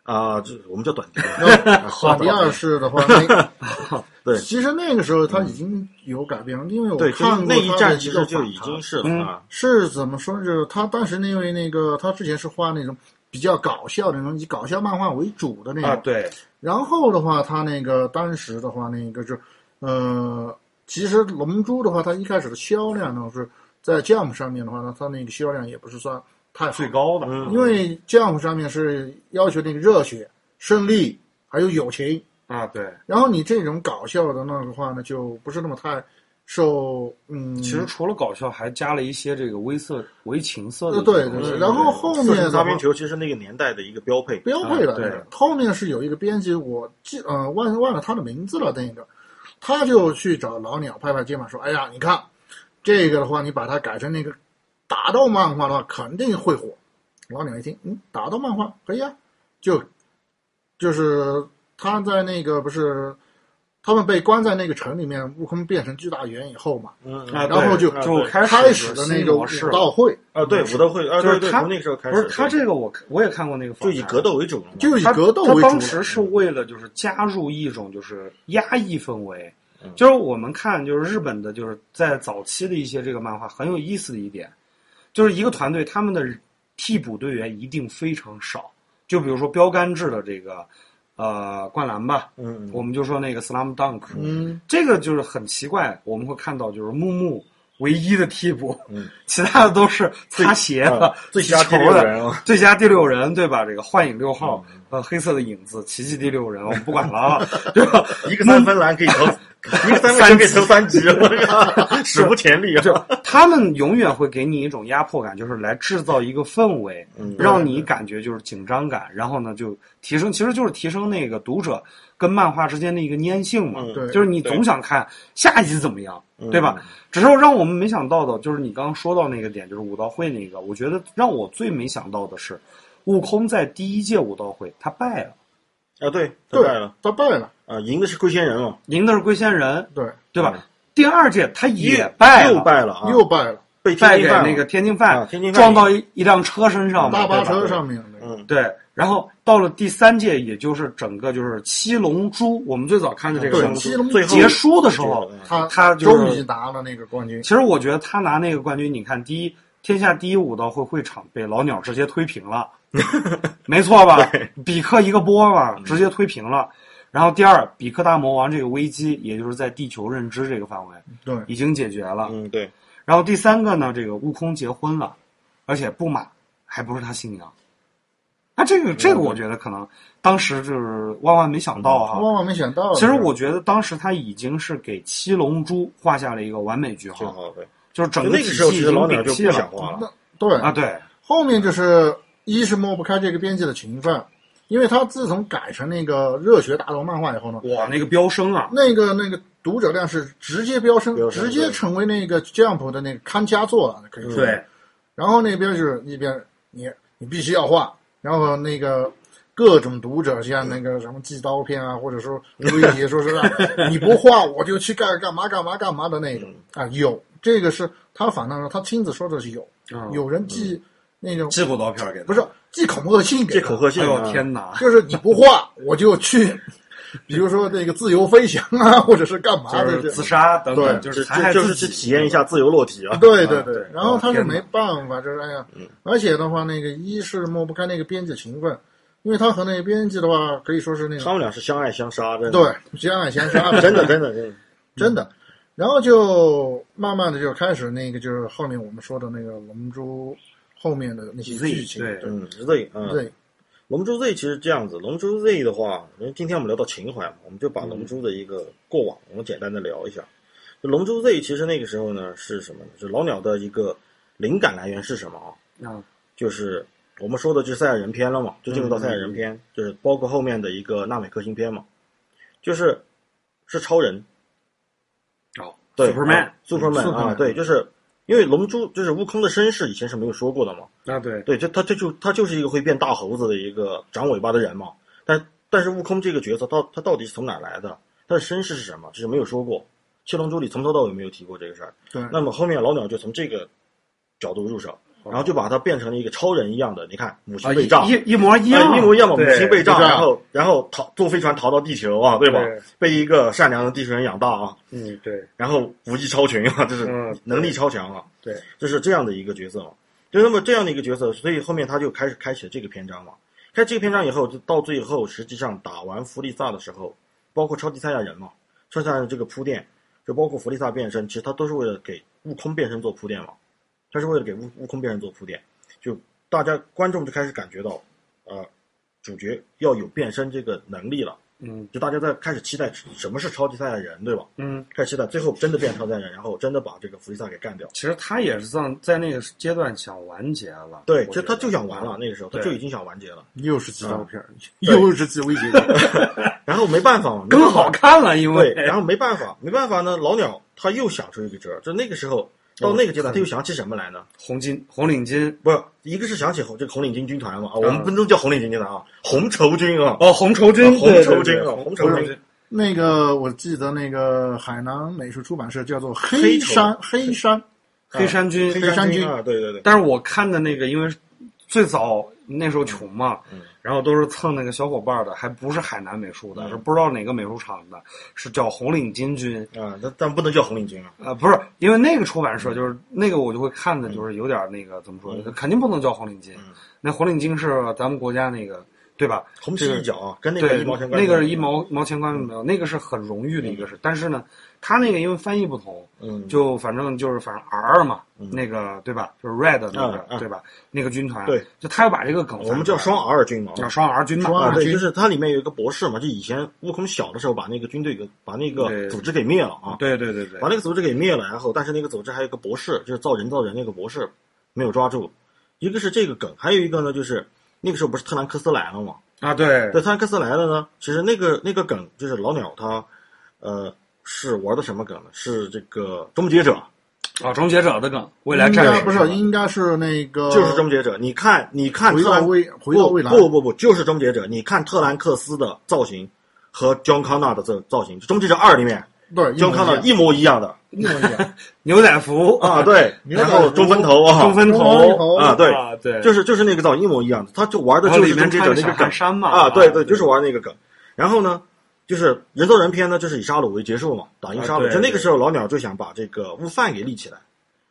啊，这我们叫短笛， 好，第二世的话，那对嗯其实那个时候他已经有改变了，因为我对，就是看过那一他的战一其个实就访已谈经是了嗯啊，是怎么说？就是他当时因为那个，他之前是画那种比较搞笑的那种，以搞笑漫画为主的那种。啊，对，然后的话，他那个当时的话，那个就，呃，其实《龙珠》的话，它一开始的销量呢是在 Jump 上面的话呢，它那个销量也不是算太好最，高的，嗯因为 Jump 上面是要求那个热血、胜利还有友情，啊，对，然后你这种搞笑的那个话呢，就不是那么太受嗯，其实除了搞笑，还加了一些这个微色、微情色呃的对东对西对，然后后面四的十擦话边球其实是那个年代的一个标配，标配了。啊对后面是有一个编辑，我记呃忘忘了他的名字了，那个他就去找老鸟拍拍肩膀说：“哎呀，你看这个的话，你把它改成那个打斗漫画的话，肯定会火。”老鸟一听，嗯，打斗漫画可以啊，就就是他在那个不是。他们被关在那个城里面，悟空变成巨大猿以后嘛，嗯啊，啊对然后就就对开开始始的的新那个武模式了道会啊，对武德会啊，就是对对，他从那个时候开不始，是他对这个我我也看过那个访就谈，以格斗为主了嘛，就以他格斗他为主当了。时是为了就是加入一种就是压抑氛围嗯，就是我们看就是日本的就是在早期的一些这个漫画很有意思的一点，就是一个团队他们的替补队员一定非常少，就比如说标杆制的这个呃灌篮吧，嗯我们就说那个 slam dunk，嗯，这个就是很奇怪，我们会看到就是木木唯一的替补，嗯其他的都是擦鞋的、啊最击佳第哎球六的、人嗯啊，最佳第六人，对吧？这个幻影六号，呃，黑色的影子，奇迹第六人，我们不管了啊， 对吧？一个三分篮可以投， 一个三分球可以投三级，我史无前例啊！就他们永远会给你一种压迫感，就是来制造一个氛围，嗯让你感觉就是紧张感，然后呢就提升，其实就是提升那个读者跟漫画之间的一个粘性嘛，嗯对就是你总想看下一集怎么样，嗯对吧？只是让我们没想到的，就是你刚刚说到那个点，就是武道会那个，我觉得让我最没想到的是，悟空在第一届武道会他败了，啊，对，他对败了，他败了，啊，赢的是龟仙人嘛，赢的是龟仙人，对，对吧？嗯第二届他也败又了，败了啊，又败了，被天败津给犯了那个天津饭、啊天津饭撞到一一辆车身上嘛，大巴对吧车上面那个。嗯对，然后到了第三届，也就是整个就是七龙珠，我们最早看的这个对龙七珠龙珠最后结束的时候，啊他他就是终于拿了那个冠军其，实我觉得他拿那个冠军，你看第一天下第一武道会会场被老鸟直接推平 了，没错吧？比克一个波嗯嘛，直接推平了。然后第二，比克大魔王这个危机，也就是在地球认知这个范围对，已经解决了。嗯，对，然后第三个呢，这个悟空结婚了，而且布玛还不是他新娘。那这个这个，我觉得可能当时就是万万没想到哈、嗯万万没想到。其实我觉得当时他已经是给七龙珠画下了一个完美句挺号，好的。就是整就个那体个时候，其系已实经老鸟摒就弃不想了画了，对 啊。对，后面就是一是抹不开这个编辑的情分，因为他自从改成那个热血打斗漫画以后呢，哇，那个飙升啊！那个那个读者量是直接飙升，飙升直接成为那个 Jump 的那个看家作了，嗯可以说。对，然后那边就是一边你你必须要画，然后那个各种读者像那个什么寄刀片啊，或者说威胁说是 让你不画我就去干干嘛干嘛干嘛的那种啊，有这个是他反倒是他亲自说的是有，嗯有人寄那种寄过刀片给他，不是寄恐吓信给这他口喝信哎呦啊，天哪！就是你不画我就去，比如说那个自由飞翔啊，或者是干嘛就的是这自杀等等，这就这是残害就是自去己体验一下自由落体 啊。对对啊对对，然后他是天哪没办法，就是哎呀，而且的话，那个一是抹不开那个编辑情分，因为他和那个编辑的话，可以说是那他种们俩是相爱相杀，真的，，对相爱相杀真的真的真的。啊 真的。然后就慢慢的就开始那个，就是后面我们说的那个《龙珠》后面的那些 Z，剧情，对嗯，Z，嗯，对，龙珠 Z 其实这样子，龙珠 Z 的话，因为今天我们聊到情怀嘛，我们就嗯把龙珠的一个过往，我们简单的聊一下。就龙珠 Z 其实那个时候呢是什么呢？是老鸟的一个灵感来源是什么啊？啊，就是我们说的就是赛亚人篇了嘛，就进嗯入到赛亚人篇，就是包括后面的一个纳美克星篇嘛，就是是超人，哦对，Superman，啊 Superman 啊， Superman 对，就是因为龙珠就是悟空的身世以前是没有说过的嘛，啊，对，对，这他这就他就是一个会变大猴子的一个长尾巴的人嘛。但但是悟空这个角色，他他到底是从哪儿来的？他的身世是什么？就是没有说过。七龙珠里从头到尾没有提过这个事儿。对嗯那么后面老鸟就从这个角度入手，然后就把他变成了一个超人一样的。你看，母哦啊，亲一被炸，一一模一哎样，一模一样嘛，母对亲被炸，被炸然后然后逃坐飞船逃到地球啊，对吧？对被一个善良的地球人养大啊，嗯，对，然后武技超群啊，就是嗯能力超强啊。对，就是这样的一个角色嘛。就那么这样的一个角色，所以后面他就开始开启了这个篇章嘛。开这个篇章以后，就到最后，实际上打完弗利萨的时候，包括超级赛亚人嘛，超级赛亚人这个铺垫，就包括弗利萨变身，其实他都是为了给悟空变身做铺垫嘛。他是为了给悟悟空变身做铺垫，就大家观众就开始感觉到，呃，主角要有变身这个能力了，嗯就大家在开始期待什么是超级赛亚人，对吧？嗯，开始期待最后真的变超级赛亚人，然后真的把这个弗利萨给干掉。其实他也是在在那个阶段想完结了，对，我其实觉他得就想完了，，那个时候他对就已经想完结了，又是寄刀片，对又是寄威胁信，然后没办法嘛，没办更法好。看了，因对为，然后没办法，没办法呢，老鸟他又想出一个辙，就那个时候到那个阶段，嗯他又想起什么来呢？红巾红领巾不是，一个是想起红这个红领巾军团嘛，啊，我们不能叫红领巾军团啊，红绸军啊，嗯哦，红绸军，啊红对绸对军对啊，红绸军， 那个我记得那个海南美术出版社叫做黑黑头山黑山，黑山军，黑黑山军军啊，对对对，但是我看的那个，因为最早那时候穷嘛，嗯然后都是蹭那个小伙伴的，还不是海南美术的，嗯是不知道哪个美术厂的，是叫红领巾军。啊，但但不能叫红领巾啊，呃，不是，因为那个出版社就是那个，我就会看的，就是有点那个怎么说，嗯肯定不能叫红领巾。那红领巾是咱们国家那个，对吧？红旗一角啊，跟那个对，一毛钱关嗯那系个是一，毛毛钱关系没有，那个是很荣誉的一个事。但是呢，他那个因为翻译不同，嗯，就反正就是反正 R 嘛，那个对吧？就是 Red 那啊啊个对吧？那个军团，对，就他要把这个梗翻出来，我们叫双 R 军嘛，叫双 R 军嘛，双啊， R 对，军就是它里面有一个博士嘛，就以前悟空小的时候把那个军队给把那个对组织给灭了啊，对对对对把那个组织给灭了，然后但是那个组织还有一个博士，就是造人造人那个博士没有抓住，一个是这个梗，还有一个呢就是那个时候不是特兰克斯来了嘛，啊，对对，特兰克斯来了呢，其实那个那个梗就是老鸟他，呃，是玩的什么梗呢？是这个终结者，啊，终结者的梗，未来应战该嗯士不吧是，应该是那个就是终结者。你看，你看回特到兰未回到不未来不不不，就是终结者。你看特兰克斯的造型和 John Connor 的这造型，终结者二里面对，一模 John 一样 Connor 一模一样的一模 一样，牛仔服啊，， 对，牛仔然服后中分头啊，中分头头啊，对，啊对，就是是就是那个造型一模一样的，他就玩的然后就是里面终结穿者个小那个梗汗衫嘛啊，对对，对就是玩那个梗。然后呢，就是人造人篇呢，就是以杀戮为结束嘛，打赢杀啊戮。对就那对个时候，老鸟就想把这个悟饭给立起来。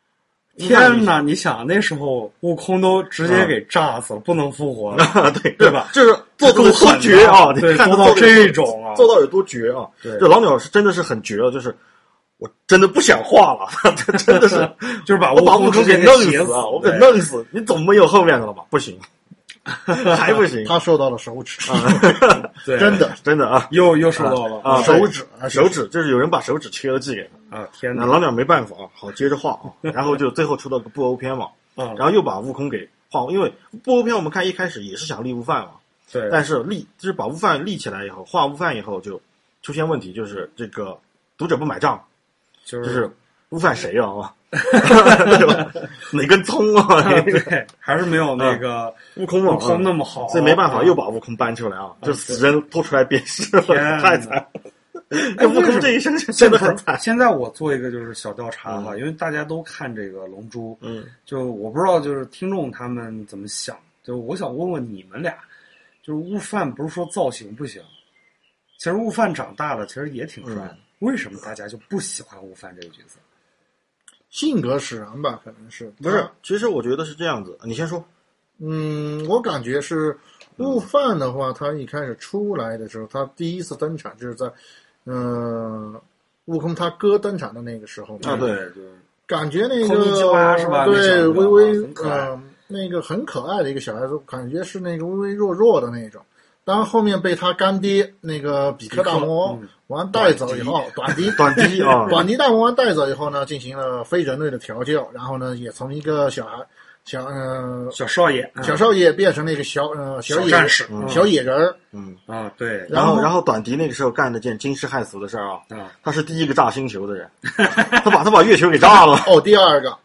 悟饭立天哪！你想那时候悟空都直接给炸死了，不能复活了，啊，对对吧就是 做的有够狠多的绝啊！你对看他做到得有多这种啊做到有多绝啊！对这老鸟是真的是很绝啊，就是我真的不想画了， 这真的是就是把我把悟悟空给给弄写死啊，我给对弄死，你总没有后面的了吧？不行，还不行，他受到了手指，啊对真的真的啊又又受到了啊！手指啊手指就是有人把手指切了寄给他，啊！天那哪！老鸟没办法啊，好接着画啊，然后就最后出了个布欧篇嘛，嗯然后又把悟空给画，因为布欧篇我们看一开始也是想立悟饭嘛，对但是立就是把悟饭立起来以后，画悟饭以后就出现问题，就是这个读者不买账，就就是悟饭谁呀啊？对吧？哪根葱啊？ 啊对，还是没有那个悟空嘛，啊悟空那么好，这没办法，啊又把悟空搬出来啊，就死人拖出来鞭尸了，天哪太惨了。哎这悟为什空么这一生现真在的很惨。现在我做一个就是小调查哈，因为大家都看这个《龙珠》，嗯，就我不知道就是听众他们怎么想，就我想问问你们俩，就是悟饭不是说造型不行，其实悟饭长大了其实也挺帅的，为什么大家就不喜欢悟饭这个角色？性格使然吧，可能是不啊是，其实我觉得是这样子，你先说。嗯，我感觉是悟饭的话，他一开始出来的时候，他第一次登场就是在，呃，悟空他哥登场的那个时候嘛，啊对，就是感觉那空尼基个蛙是吧那小对，子微微很可爱呃，那个很可爱的一个小孩子，感觉是那个微微弱弱的那种。当后面被他干爹那个比克大魔比克嗯嗯王完带走以后， 短笛短笛啊， 短笛大魔王带走以后呢，进行了非人类的调教，然后呢，也从一个小孩小呃小少爷，小少爷变成了一个小呃嗯小野战士嗯小野人儿，嗯，啊，对然然后后然后短笛那个时候干了件惊世骇俗的事儿啊，啊。他是第一个炸星球的人， 他把他把月球给炸了。哦，第二个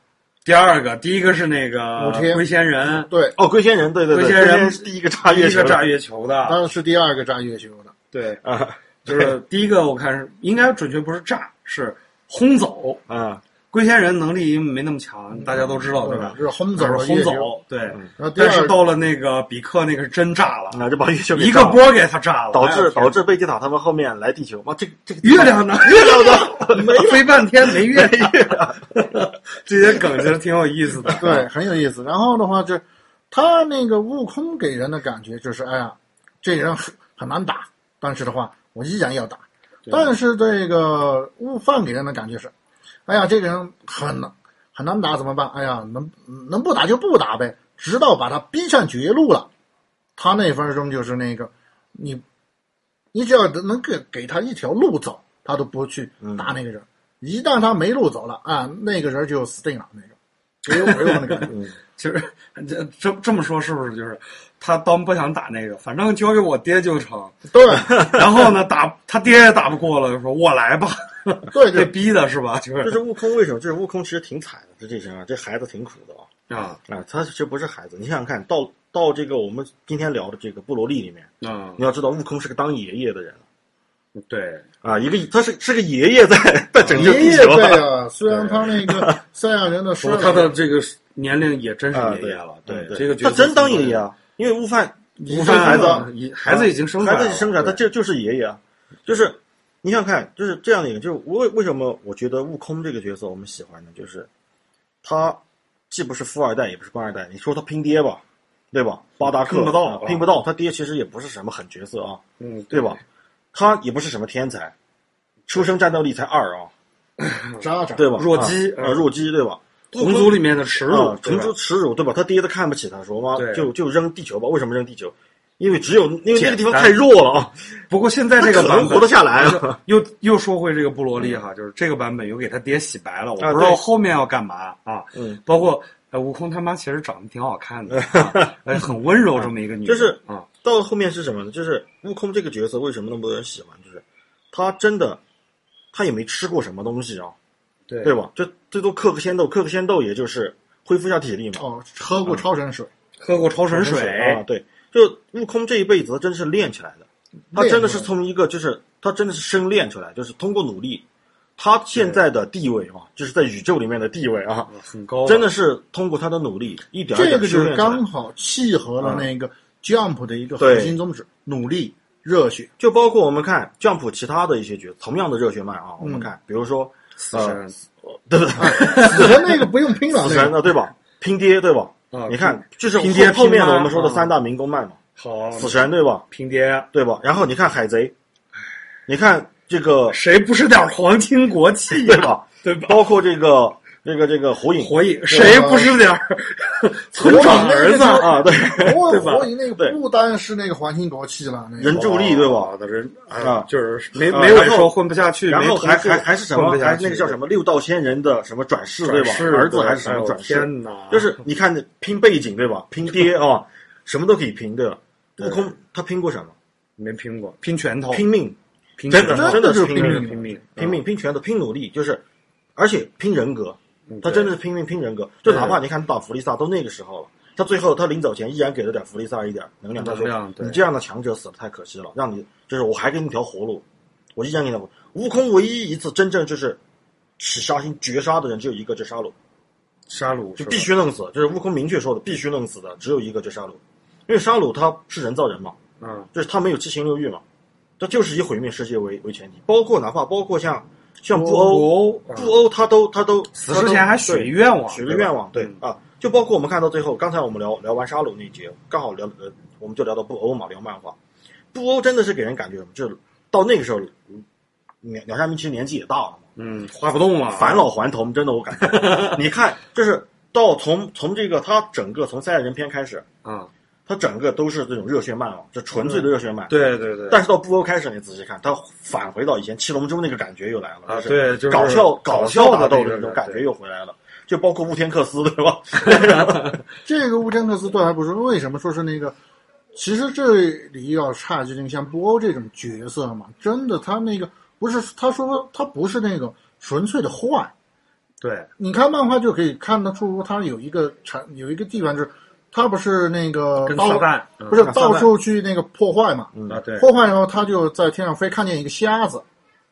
第二个，第一个是那个武天嗯龟仙人，对，哦，龟仙人，对对对，龟龟仙人是第一个炸第月一球的个炸月球的，他是第二个炸月球的，对，啊就是第一个我看是应该准确不是炸，是轰走。啊，龟仙人能力没那么强，大家都知哦道对吧？嗯就是轰走了轰月球，走，对。然后第但二是个到了那个比克那个是真炸了，那就把月球给一啊炸个了，波给他炸了，导哎呀致导致贝吉塔他们后面来地球，妈，这个这个月亮呢？ 月亮呢？没飞半天 没月亮，这些梗其实挺有意思的。 对，很有意思。然后的话就，他那个悟空给人的感觉就是，哎呀，这人很很难打，但是的话，我依然要打。但是这个悟饭给人的感觉是，哎呀，这个人很难很难打，怎么办？哎呀，能能不打就不打呗，直到把他逼上绝路了，他那分钟就是那个，你你只要能给给他一条路走，他都不去打那个人。一旦他没路走了啊，那个人就死定了。那个，给我给我那感觉。其实这这这么说是不是就是他当不想打那个，反正交给我爹就成。对然后呢，打他爹也打不过了，就说我来吧，对被对，逼的是吧？就这是是悟空为什么？这是悟空其实挺惨的，这这身啊，这孩子挺苦的啊。啊啊，他其实不是孩子，你想想看到到这个我们今天聊的这个《布罗利》里面，啊，你要知道悟空是个当爷爷的人对，啊，一个他是是个爷爷在在 拯救爷地爷球啊对 啊，虽然他那个赛亚人的衰说老，他的这个年龄也真是啊爷对爷了，嗯这个角他色真当爷爷，啊，因为悟饭无生孩子啊，子，孩子已经生出来孩了，子生出来，他对就就是爷爷啊，就是你想想看，就是这样的一个，就是为为什么我觉得悟空这个角色我们喜欢呢？就是他既不是富二代，也不是官二代，你说他拼爹吧，对吧？巴达克拼不到啊啊拼不到，他爹其实也不是什么狠角色啊，嗯，对吧？他也不是什么天才，出生战斗力才二啊，渣渣，对吧？弱鸡啊，嗯啊弱鸡，对吧？同族里面的耻辱啊，，同对族吧耻辱，对吧？他爹都看不起他，说妈对就就扔地球吧。为什么扔地球？因为只有因为那个地方简单太弱了啊，不过现在他这个可版能本哎活得下来啊。又又说回这个布罗利哈，就是这个版本又给他爹洗白了，我嗯啊不知道对后面要干嘛啊。嗯，包括呃，悟空他妈其实长得挺好看 的，啊哎，很温柔这么一个女的，就是啊，到后面是什么呢？就是悟空这个角色为什么那么多人喜欢？就是他真的，他也没吃过什么东西啊，对对吧？就最多嗑个仙豆，嗑个仙豆也就是恢复一下体力嘛，哦，喝过超神水，嗯喝过超神啊，对。就悟空这一辈子他真是练起来的，他真的是练从一个就是他真的是生练出来，就是通过努力，他现在的地位啊，就是在宇宙里面的地位啊，很高，真的是通过他的努力一点一哦这点个修就是炼出来的刚好契合了那个 Jump 的一个嗯对核心宗旨：努力、热血。就包括我们看 Jump 其他的一些角色，同样的热血漫啊，我们看，比如说嗯死神对不对？死神那个不用拼了，呃 死那神个的对吧？拼爹对吧？啊你看，就是拼爹后后拼面妈的我们说的啊三大民工漫嘛，好死神对吧？拼爹，对吧？然后你看海贼，你看这个谁不是点皇亲国戚 对啊呀？吧？ 对吧？包括这个这个这个火影火影谁不是点儿村长儿子？啊，对，我对吧我以那个对不单是那个皇亲国戚了，那人个助力对吧？的人啊就是没啊没有然后说混不下去，然后没同还事还还是什么？混不下还去那个叫什么六道仙人的什么转世对吧转？世儿子对还是什哎么呦转世？天哪就是你看拼背景对吧？拼爹啊，什么都可以拼对吧？悟空他拼过什么？没拼过，拼拳哦头，拼命，拼真的拳头真的是真的就是拼拼命啊命，拼命，拼命，拼拳头，拼努力，就是，而且拼人格，嗯，他对真的是拼命拼人格。就对哪怕你看打弗利萨都那个时候了，他最后他临走前依然给了点弗利萨一点能量，他能量说：“对你这样的强者死了太可惜了，让你就是我还给你条活路，我依然给你条活路。”悟空唯一一次真正就是使杀心绝杀的人只有一个，就是沙鲁，杀戮就是吧必须弄死，就是悟空明确说的必须弄死的只有一个，就是沙鲁，因为沙鲁他是人造人嘛，嗯，就是他没有七情六欲嘛，他就是以毁灭世界为为前提，包括哪怕包括像像布欧。欧啊布欧他都他都哦死之前还许许了愿望，许个愿望，对嗯啊，就包括我们看到最后，刚才我们聊聊完沙鲁那一节，刚好聊呃，我们就聊到布欧嘛，聊漫画，布欧真的是给人感觉什么，就是到那个时候，嗯鸟鸟山明其实年纪也大了嘛，啊嗯，画不动啊了，返老还童，真的我 感觉，你看，就是到从从这个他整个从赛亚人篇开始，嗯，他整个都是这种热血漫嘛，就纯嗯粹的热血漫，对对对，但是到布欧开始，你仔细看，他返回到以前七龙珠那个感觉又来了，啊就是对就是搞笑搞搞笑打的斗那的个那种感感觉觉又回来了，就包括乌天克斯对吧？这个乌天克斯对还不说，为什么说是那个？其实这里要差距，那个像布欧这种角色嘛，真的他那个不是他说他不是那种纯粹的坏，对，你看漫画就可以看得出他有一个产有一个地方就是。他不是那个跟到撒旦不是嗯到处去那个破坏嘛？啊，对，破坏以后，他就在天上飞，看见一个瞎子，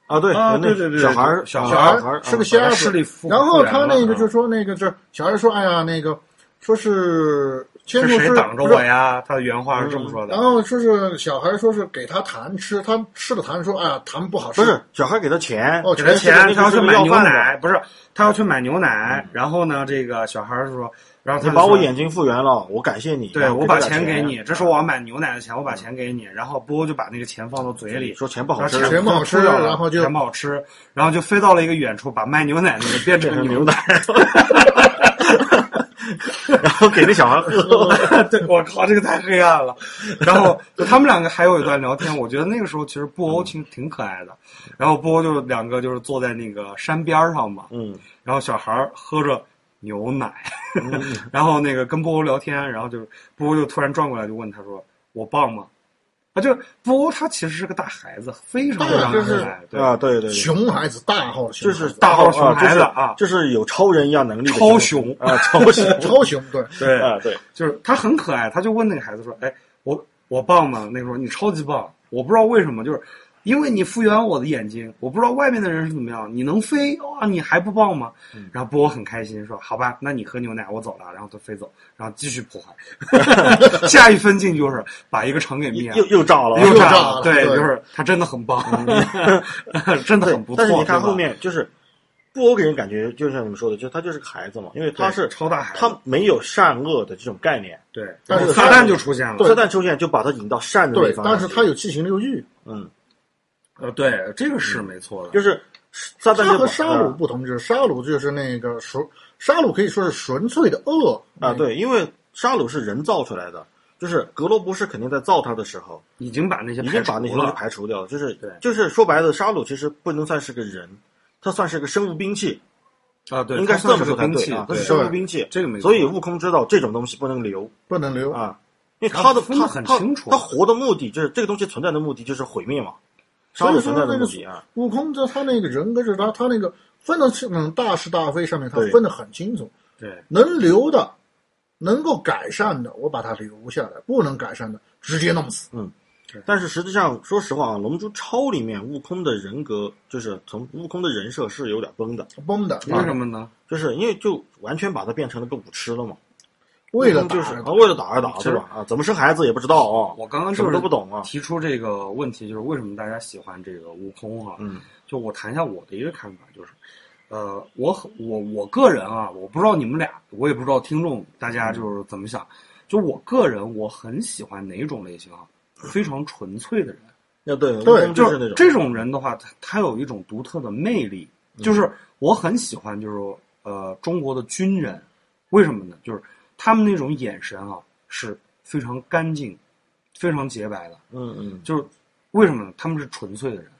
啊，对啊有那对对对小孩儿小孩孩儿儿是个啊仙儿把势力复然后他那复个原了就说那个这小孩说：“哎呀，那个说是千是术谁师挡着我呀？他的原话是这么说的然。后说是小孩说是给他痰吃，他吃了痰说：“哎呀，痰不好吃。”不是小孩给他钱，哦给他钱，他要去买牛要饭的奶，不是他要去买牛奶。然后呢，这个小孩儿说，然后他你就把我说眼睛复原了，我感谢你，对我我把钱钱给你，这是我要买牛奶的钱，我把钱给你。然后波就把那个钱放到嘴里，嗯说钱不好然后吃，钱不好吃吐掉了然后就钱不好吃，然后就飞到了一个远处，把卖牛奶那个变变成成牛牛奶，然后给那小孩 喝， 对，我靠，这个太黑暗了。然后就他们两个还有一段聊天，我觉得那个时候其实布欧挺挺可爱的。然后布欧就两个就是坐在那个山边儿上嘛，嗯，然后小孩儿喝着牛奶， 然后那个跟布欧聊天，然后就是布欧就突然转过来就问他说：“我棒吗？”啊，就是布欧他其实是个大孩子，非常非常对就是可爱，对啊，对对，对熊孩子，大号熊就孩子，是大号大号熊孩子啊就是就是有超人一样能力的超雄哎啊，超雄超熊， 对，对啊，对，就是他很可爱，他就问那个孩子说：“哎，我我棒吗？”那个时候你超级棒，我不知道为什么，就是因为你复原我的眼睛，我不知道外面的人是怎么样。你能飞哇、你还不棒吗？嗯然后波很开心说：“好吧，那你喝牛奶，我走了。”然后他飞走，然后继续破 坏。下一分镜就是把一个城给灭又了。又炸了，嗯又炸炸了对，对就是他真的很棒，真的对很不错。但是你看对吧后面就是布欧给人感觉，就像你们说的，就他就是个孩子嘛，因为他对是超大孩子，他没有善恶的这种概念。对，但然后是撒他旦就出现了，撒旦出现就把他引到善的那对一，方面但去。是他有七情六欲，嗯，呃，对，这个是没错的，就是嗯撒他旦就和把沙鲁不同，就是沙鲁就是那个纯，沙鲁可以说是纯粹的恶哎啊，，对，因为沙鲁是人造出来的。就是格罗博士肯定在造他的时候，已经把那些已排经除把那些东西了，排除掉了。就是对就是说白了，沙鲁其实不能算是个人，他算是个生物兵器，啊，对，应该它是这算么是说个才兵对器啊，，它对是生物兵器。这个没错所以悟空知道这种东西不能留，不能留。啊，因为他的分得他很他清楚他活的目的就是这个东西存在的目的就是毁灭嘛，所杀以戮说存在的那目个的啊，悟空这他那个人格是他他那个分得清，嗯，大是大非上面他对分得很清楚，对能留的，能够改善的，我把它留下来；不能改善的，直接弄死。但是实际上说实话啊，《龙珠超》里面悟空的人格就是从悟空的人设是有点崩的，崩的，嗯啊为什么呢？就是因为就完全把他变成了个舞痴了嘛，为了悟打空就是而啊打为了打而打其实对吧？啊，怎么生孩子也不知道啊，我刚刚什就么是都不懂啊，提出这个问题，就是为什么大家喜欢这个悟空哈、嗯就我谈一下我的一个看法，就是，呃，我很我我个人啊，我不知道你们俩，我也不知道听众大嗯家就是怎么想，就我个人我很喜欢哪种类型啊？非常纯粹的人，那对悟对空就是那是种这种人的话，他他有一种独特的魅力，嗯就是我很喜欢，就是呃中国的军人，为什么呢？就是他们那种眼神啊是非常干净、非常洁白的，嗯嗯就是为什么呢？他们是纯粹的人。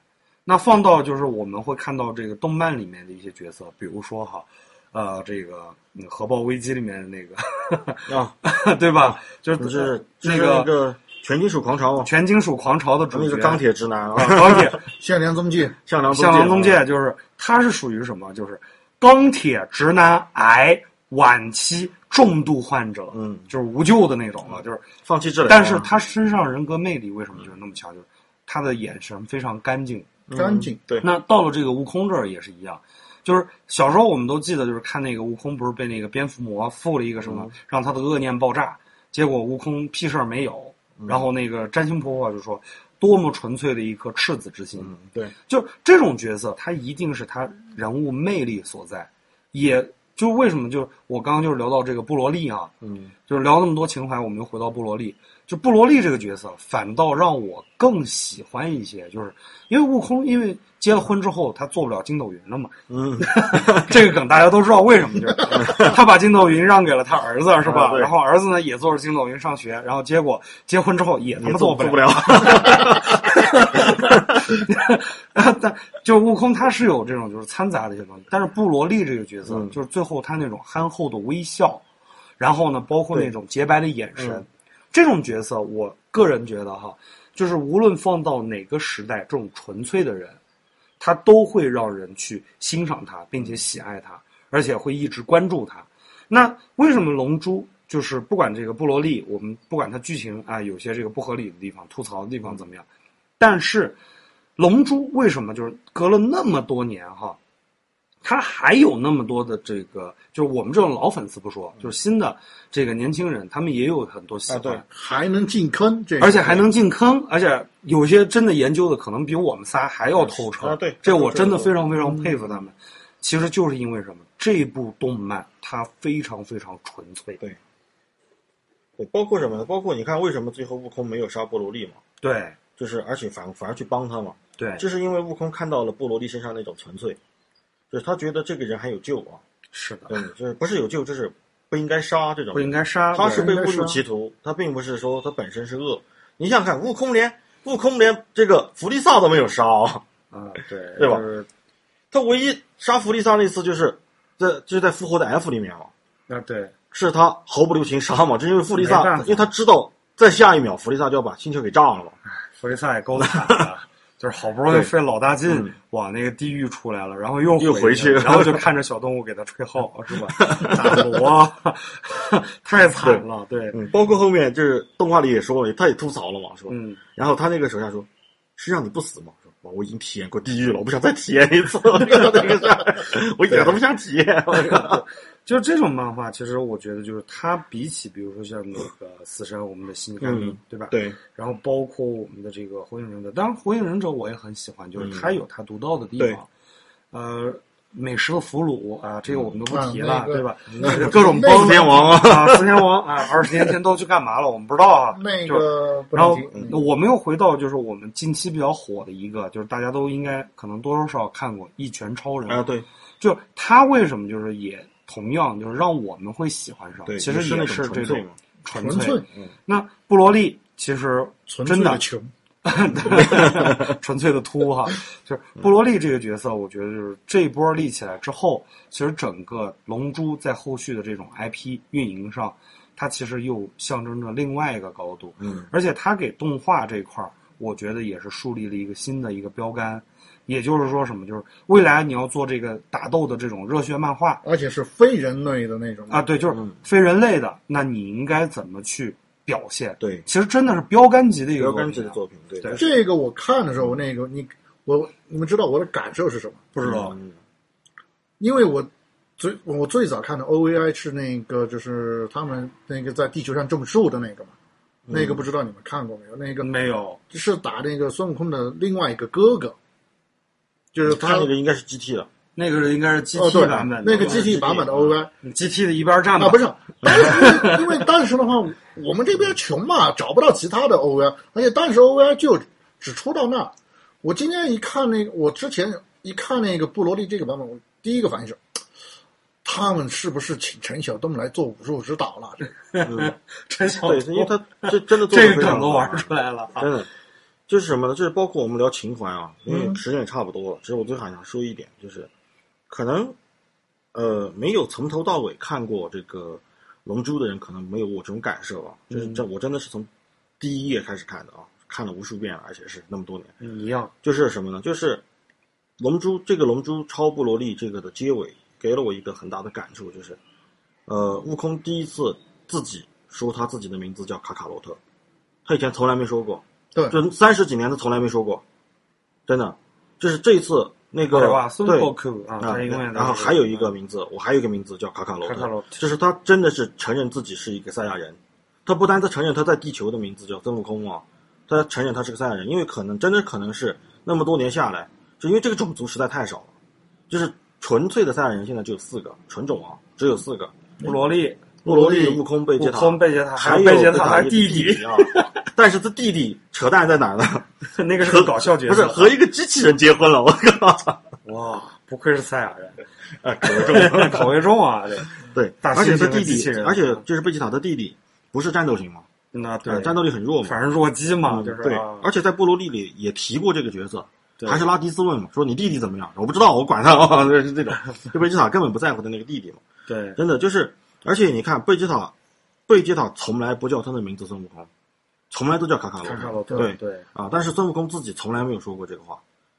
那放到就是我们会看到这个动漫里面的一些角色，比如说哈，呃，这个嗯《核爆危机》里面的那个，啊， 对吧？就是就是就是那那个全金属狂潮，全金属狂潮的主那角个钢铁直 男啊，钢铁项梁宗介，向良向良郎宗介就是他是属于什么？就是钢铁直男癌晚期重度患者，嗯，就是无救的那种了。就是，放弃治疗啊，但是他身上人格魅力为什么就是那么强？就是他的眼神非常干净。嗯干净。对，那到了这个悟空这儿也是一样，就是小时候我们都记得，就是看那个悟空不是被那个蝙蝠魔附了一个什嗯么，让他的恶念爆炸，结果悟空屁事儿没有。嗯然后那个占星婆婆就说：“多么纯粹的一颗赤子之心。”嗯对，就这种角色，他一定是他人物魅力所在，也就为什么就我刚刚就是聊到这个布罗利啊，嗯，就是聊那么多情怀，我们又回到布罗利。就布罗利这个角色，反倒让我更喜欢一些，就是因为悟空，因为结了婚之后，他做不了筋斗云了嘛。 嗯，这个梗大家都知道为什么， 就是他把筋斗云让给了他儿子，是啊吧？对然后儿子呢也坐着筋斗云上学，然后结果结婚之后也他也妈做不不了， 但就是悟空，他是有这种就是掺杂的一些东西，但是布罗利这个角色，嗯就是最后他那种憨厚的微笑，然后呢，包括那种洁白的眼神，嗯这种角色，我个人觉得哈，就是无论放到哪个时代，这种纯粹的人，他都会让人去欣赏他，并且喜爱他，而且会一直关注他。那为什么《龙珠》就是不管这个布罗利，我们不管它剧情啊有些这个不合理的地方、吐槽的地方怎么样，但是《龙珠》为什么就是隔了那么多年哈，它还有那么多的这个，就是我们这种老粉丝不说，就是新的这个年轻人，他们也有很多喜啊对欢，还能进坑，这个而且还能进坑，而且有些真的研究的可能比我们仨还要透彻。啊对嗯这我真的非常非常佩服他们。其实就是因为什么？这部动漫它非常非常纯粹，对对，包括什么呢？包括你看，为什么最后悟空没有杀波罗利嘛？对就是而且反反而去帮他嘛，对这是因为悟空看到了波罗利身上那种纯粹，就是他觉得这个人还有救啊，是的，对，就是不是有救，就是不应该杀这种不应该杀。他是对被误入歧途，他并不是说他本身是恶。你想想看，悟空连悟空连这个弗利萨都没有杀啊，啊，对对吧就是他唯一杀弗利萨那次就是在就是在复活的 F 里面嘛，啊，对是他毫不留情杀嘛，这因为弗利没萨办法，因为他知道在下一秒弗利萨就要把星球给炸了嘛，弗利萨也 够惨的。啊就是好不容易对费老大嗯劲往那个地狱出来了，然后又又回回去了然后就看着小动物给他吹 号，是吧？打锣， 太惨了，对，嗯，包括后面就是动画里也说了，他也吐槽了嘛，是吧？嗯，然后他那个手下说：“是让你不死吗？”说：“哇我已经体验过地狱了，我不想再体验一次 那个那个事儿，我一点都不想体验。我靠就是这种漫画，其实我觉得就是它比起，比如说像那个《死神》我们的《新干嗯对吧？”。 对，然后包括我们的这个《火影忍者》，当然《火影忍者》我也很喜欢，就是嗯它有它独到的地方。呃，美食的俘虏啊，这个我们就不提了，啊那个对吧？那个各种那个帮四天王啊，啊，四天王啊，二十年前都去干嘛了？我们不知道啊。那就是个不然能后提，嗯我们又回到就是我们近期比较火的一个，就是大家都应该可能多多少少看过《一拳超人》啊，对，就他为什么就是也同样就是让我们会喜欢上，对其实是也那是种这纯粹种嘛纯纯粹那布罗利其实纯粹真的穷， 纯粹的秃哈，就是布罗利这个角色，我觉得就是这一波立起来之后，其实整个龙珠在后续的这种 IP 运营上，它其实又象征着另外一个高度，嗯，而且它给动画这一块儿，我觉得也是树立了一个新的一个标杆。也就是说，什么就是未来你要做这个打斗的这种热血漫画，而且是非人类的那种啊，，对，就是嗯非人类的，那你应该怎么去表现？对其实真的是标杆级的一个标杆级的作啊作品，对，对这个我看的时候，那个你我你们知道我的感受是什么？不知道嗯因为我最我最早看的 OVI 是那个就是他们那个在地球上种树的那个嘛，那个不知道你们看过没有？嗯那个嗯没有是打那个孙悟空的另外一个哥哥，就是他他那个应该是 GT 了，那个是应该是 G 哦 T 对版本的，那个对 G T 版本的 OVI。吧 G T 的一边站吧，啊，不是，当时因为因为当时的话，我们这边穷嘛，找不到其他的 OVI，而且当时 OVI 就只出到那儿。我今天一看那个，我之前一看那个布罗利这个版本，我第一个反应是，他们是不是请陈晓东来做武术指导了？陈晓对，因为他这真的做得哦这个非常梗都好玩出来了啊真的，就是什么呢？就是包括我们聊情怀啊，因为时间也差不多了。只是我最想想说一点，就是可能呃没有从头到尾看过这个《龙珠》的人，可能没有我这种感受啊。就是这，我真的是从第一页开始看的啊，看了无数遍了，而且是那么多年。嗯一样，就是什么呢？就是《龙珠》这个《龙珠超布罗利》这个的结尾，给了我一个很大的感触，就是，呃，悟空第一次自己说他自己的名字叫卡卡罗特，他以前从来没说过，对这三十几年他从来没说过，真的，就是这次那个对吧？哎孙对悟空啊，啊，他永远然后还有一个名字，我还有一个名字叫卡卡罗卡卡罗特特，就是他真的是承认自己是一个赛亚人，他不单他承认他在地球的名字叫孙悟空啊，他承认他是个赛亚人，因为可能真的可能是那么多年下来，就因为这个种族实在太少了，就是纯粹的赛亚人现在只有四个纯种啊，只有四个，布罗利、布罗利、悟空、贝悟吉塔、空、贝吉塔，还有有贝吉塔他贝弟弟啊，但是他弟弟扯淡在哪 儿呢？弟，那个是个搞笑角不是色，和一个机器人结婚了，我靠！哇，不愧是赛亚人，啊，可重。 口味重啊，这对，大猩而且他猩的弟机器弟，人啊而且就是贝吉塔他弟弟不是战斗型嘛，那呃对，战斗力很弱嘛，反正弱鸡嘛，嗯就是对啊，而且在布罗利里也提过这个角色，对还是拉迪斯问嘛，说你弟弟怎么样？我不知道，我管他啊，就 是这种，就贝吉塔根本不在乎的那个弟弟嘛，对真的就是，而且你看贝吉塔，贝吉塔从来不叫他的名字孙悟空，从来都叫卡卡罗特，卡卡罗特对对啊，但是孙悟空自己从来没有说过这个话，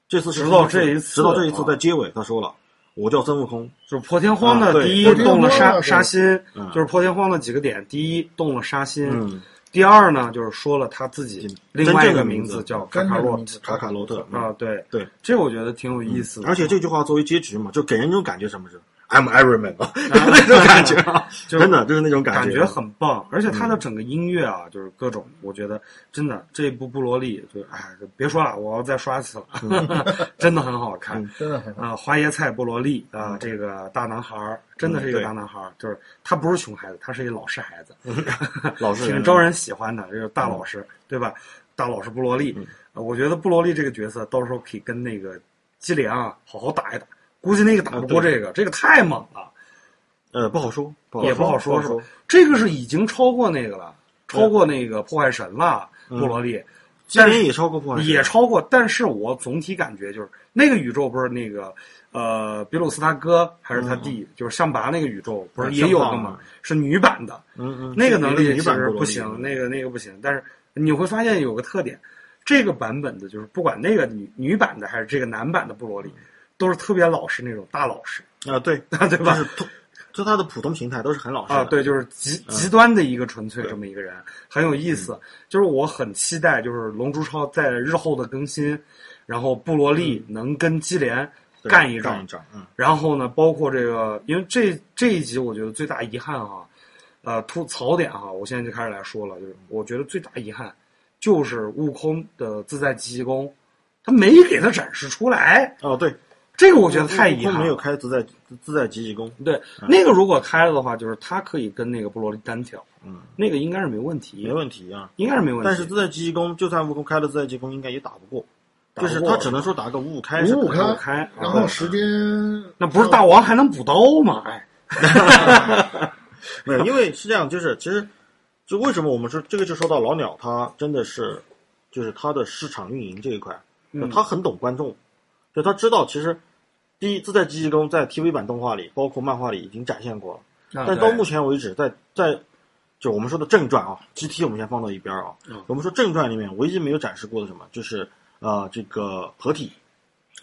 这次是直到这一次直到这一次啊在结尾他说了，我叫孙悟空，就是破天荒啊的对第一破天动了荒杀的杀心，嗯就是破天荒的几个点，第一动了杀心，嗯，第二呢就是说了他自己嗯另外一真正个的名名字字叫卡真卡正的洛名字卡卡罗特，嗯啊，对对，嗯这我觉得挺有意思的，而且这句话作为结局嘛，就给人一种感觉什么是 I'm Iron Man，那啊 种感觉啊，啊 就真的就是那种感觉，嗯觉很棒，而且它的整个音乐啊，就是各种，我觉得真的这一部《布罗利》就哎，别说了，我要再刷一次嗯了， 真的很好看真的很好。啊！花椰菜布罗利嗯啊，这个大男孩儿真的是一个大男孩儿，就是他不是熊孩子，他是一老实孩子， 老实挺招人喜欢的，就是大老师，对吧？大老师布罗嗯利，呃我觉得布罗利这个角色到时候可以跟那个基连啊好好打一打，估计那个打不过啊对这个，这个太猛了。呃不好说，也不不好好说，不是好吧？这个是已经超过那个了，超过那个破坏神了，嗯布罗利今年也超过破坏神，也超过。但是我总体感觉就是那个宇宙不是那个呃，比鲁斯他哥还是他弟，就是象拔那个宇宙，不是嗯也有象个拔吗？是女版的，嗯嗯，那个能力其女版实布罗利不行，那个那个不行。但是你会发现有个特点，这个版本的就是不管那个女女版的还是这个男版的布罗利，都是特别老实那种大老实， 啊对，对就吧？是通就他的普通形态都是很老实啊，的，对，就是极极端的一个纯粹这么一个人，很有意思。就是我很期待，就是《龙珠超》在日后的更新，然后布罗利能跟基连嗯对干一干仗一，仗，嗯，然后呢，包括这个，因为这这一集我觉得最大遗憾哈、呃，吐槽点哈、我现在就开始来说了，就是我觉得最大遗憾就是悟空的自在奇功，他没给他展示出来，哦对，这个我觉得太遗憾悟空了没有。嗯开自在自在极极功，对，那个如果开了的话，就是他可以跟那个布罗利单挑，嗯，那个应该是没问题，没问题啊，应该是没问题。但是自在极极功就算悟空开了自在极功，应该也打不过，打就不是过他只能说打个五五开是五可以五开的，不开，然啊后时间那不是大王还能补刀吗？哎， 没有，因为是这样，就是其实就为什么我们说这个就说到老鸟，他真的是就是他的市场运营这一块，嗯就嗯他很懂观众，就他知道其实第一自在机器工在 TV 版动画里，包括漫画里已经展现过了，啊但到目前为止，在在就我们说的正传啊，GT 我们先放到一边儿啊，我们说正传里面唯一没有展示过的什么，就是呃这个合体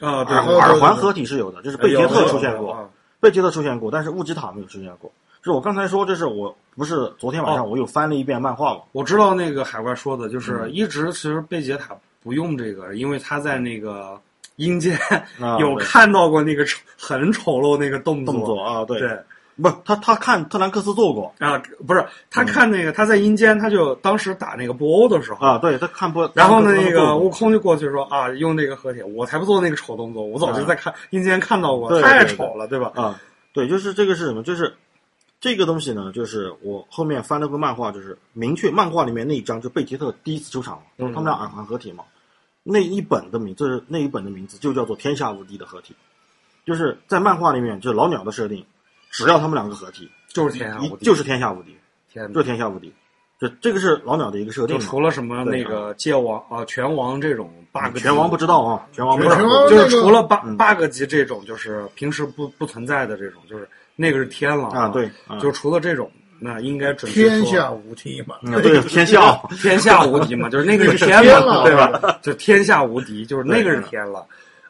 啊，对耳对对耳环合体是呃有的，就是贝杰特出现过。，贝吉特出现过，但是物吉塔没有出现过。就是我刚才说，这是我不是昨天晚哦上我又翻了一遍漫画嘛？我知道那个海怪说的，嗯就是一直其实贝杰塔不用这个，因为他在那个阴间嗯 啊有对看到过那个丑 很丑陋那个动动作啊，对，对。不，他他看特兰克斯做过啊，不是，他看那个他在阴间，他就当时打那个布欧的时候，啊，对他看不，然后呢，特兰那克斯个做过悟空就过去说啊，用那个合体，我才不做那个丑动作，我早就在看阴间看到过，啊对太对对丑了，对吧？啊，对，就是这个是什么？就是这个东西呢，就是我后面翻了个漫画，就是明确漫画里面那一章，就贝吉特第一次出场，嗯就是他们俩耳环合体嘛。那一本的名字，就是那一本的名字就叫做《天下无敌》的合体，就是在漫画里面，就是老鸟的设定，只要他们两个合体，就是天下一无敌，就是天下无敌，天就是天下无敌。这这个是老鸟的一个设定就嘛，嗯除了什么对那个界王啊、拳王这种 bug，拳王不知道啊，拳王不知不是道拳王，就那是个除了 bug 嗯 bug 级这种，就是平时不不存在的这种，就是那个是天了啊，对，啊就除了这种，那应该准确说天下无敌嘛。嗯对，天下天下无敌嘛，就是那个是天天嘛，了对吧？就天下无敌，就是那个是天了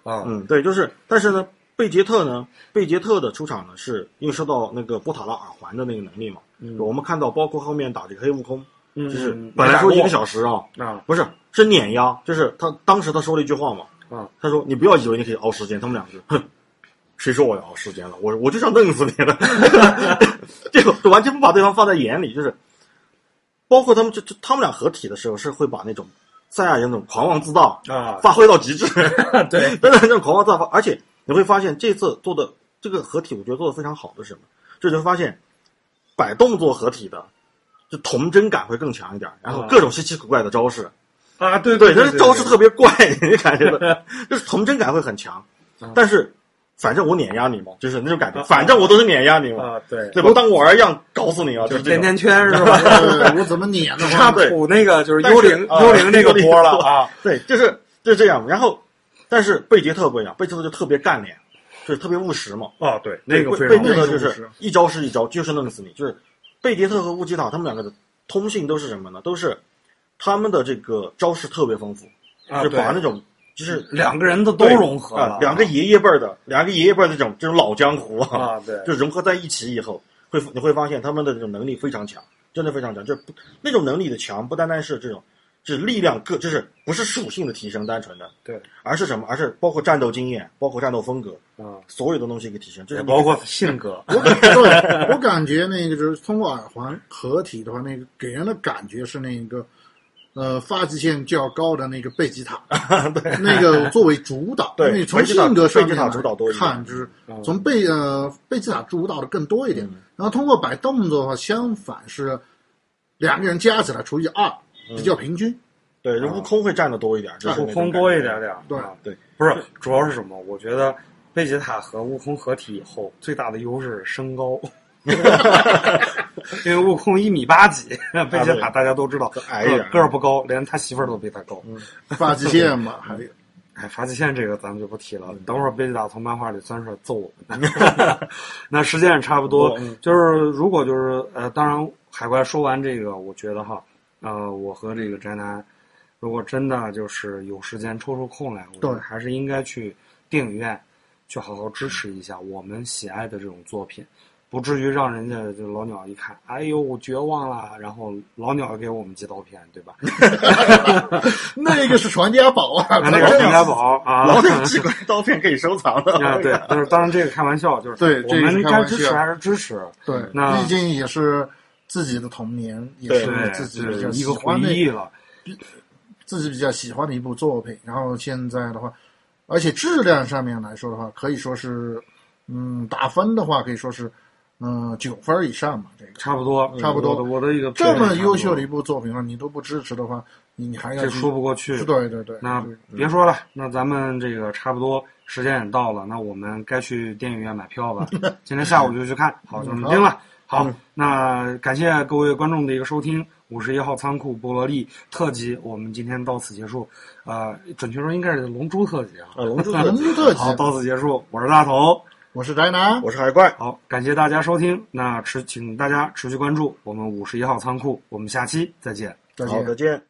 啊。嗯，对，就是，但是呢，贝杰特呢，贝杰特的出场呢，是因为受到那个波塔拉耳环的那个能力嘛。我们看到，包括后面打这个黑悟空，嗯就是嗯本来说一个没小时啊，打过啊，不是，是碾压，就是他当时他说了一句话嘛，嗯，他说你不要以为你可以熬时间，他们两个就哼。谁说我要熬时间了？我我就想弄死你了， 结果完全不把对方放在眼里，就是包括他们就就他们俩合体的时候是会把那种赛亚人那种狂妄自大啊发挥到极致， 啊对，真的这种狂妄自大，而且你会发现这次做的这个合体，我觉得做的非常好的是什么？就是你会发现摆动作合体的，就童真感会更强一点，然后啊各种稀奇古怪的招式，啊，对 对，对，但是招式特别怪， 你感觉 到，就是童真感会很强嗯。但是反正我碾压你嘛，就是那种感觉，啊反正我都是碾压你嘛，啊，对，对吧？当我儿一样搞死你啊，就是这甜甜种。圈是 吧？呃 我怎么撵的他话，对补那个就是幽灵但是啊幽灵那个锅 了啊，对，就是就是这样。然后，但是贝杰特不一样，贝杰特就特别干练，就是特别务实嘛。哦对，那个非贝贝常杰那特个就务是实一招是一招，就是弄死你。就是贝杰特和乌基塔他们两个的通性都是什么呢？都是他们的这个招式特别丰富，啊就是把对那种就是两个人的都融合啊了，，两个爷爷辈儿的，两个爷爷辈儿的这种这种老江湖啊，啊对，就融合在一起以后，会你会发现他们的这种能力非常强，真的非常强。就是不那种能力的强，不单单是这种，就是力量个，就是不是属性的提升，单纯的对，而是什么？而是包括战斗经验，包括战斗风格，啊，所有的东西一个提升，这也是包括性格，我感对我感觉那个就是通过耳环合体的话，那个给人的感觉是那个呃发际线较高的那个贝吉塔，对，那个作为主导，啊对那从贝吉塔性格上贝面吉塔主导多一点嗯看，就是从贝呃贝吉塔主导的更多一点，然后通过摆动作的话，相反是两个人加起来除以二，嗯比较平均。对，这悟空会占的多一点，就是啊悟那种空感觉多一点。点，对啊对，不是，主要是什么？我觉得贝吉塔和悟空合体以后，最大的优势是身 高。因为悟空一米八几，贝吉塔大家都知道，啊矮一点个个儿不高，连他媳妇儿都比他高。发际线嗯嘛，还有哎，发际线这个咱们就不提了，等会儿贝吉塔从漫画里钻出来揍我们。那时间也差不多，就是如果就是呃，当然海怪说完这个，我觉得哈，呃，我和这个宅男，如果真的就是有时间抽出空来，我觉得对还是应该去电影院去好好支持一下我们喜爱的这种作品。不至于让人家就老鸟一看，哎呦，我绝望了，然后老鸟给我们寄刀片，对吧？那个是传家宝啊，那个是陈家宝啊，老有机关刀片可以收藏的， 啊，对，就是当然这个开玩笑，就是对我这个们是开该玩支持笑还是支持，对，那嗯毕竟也是自己的童年，也对是自己比对，较一喜个回欢的忆了，自己比较喜欢的一部作品。然后现在的话，而且质量上面来说的话，可以说是，嗯，打分的话可以说是，嗯、九分以上嘛。这个差不多，嗯差不多我的我的一个这评么价优秀的差一部作品了，你都不支持的话，你你还不要多，这去说不过去。对对对，那对别说了，那咱们这个差不多时间也到了，那我们该去电影院买票 吧。今天下午就去看，好，就这么定嗯了。好，那感谢各位观众的一个收听，五十一号仓库菠萝莉特辑，我们今天到此结束。呃，准确说应该是龙珠特辑啊。 啊，龙珠龙珠特辑好，到此结束，我是大头。我是宅男，我是海怪，好，感谢大家收听，那持请大家持续关注我们五十一号仓库，我们下期再见。再见好，。再见。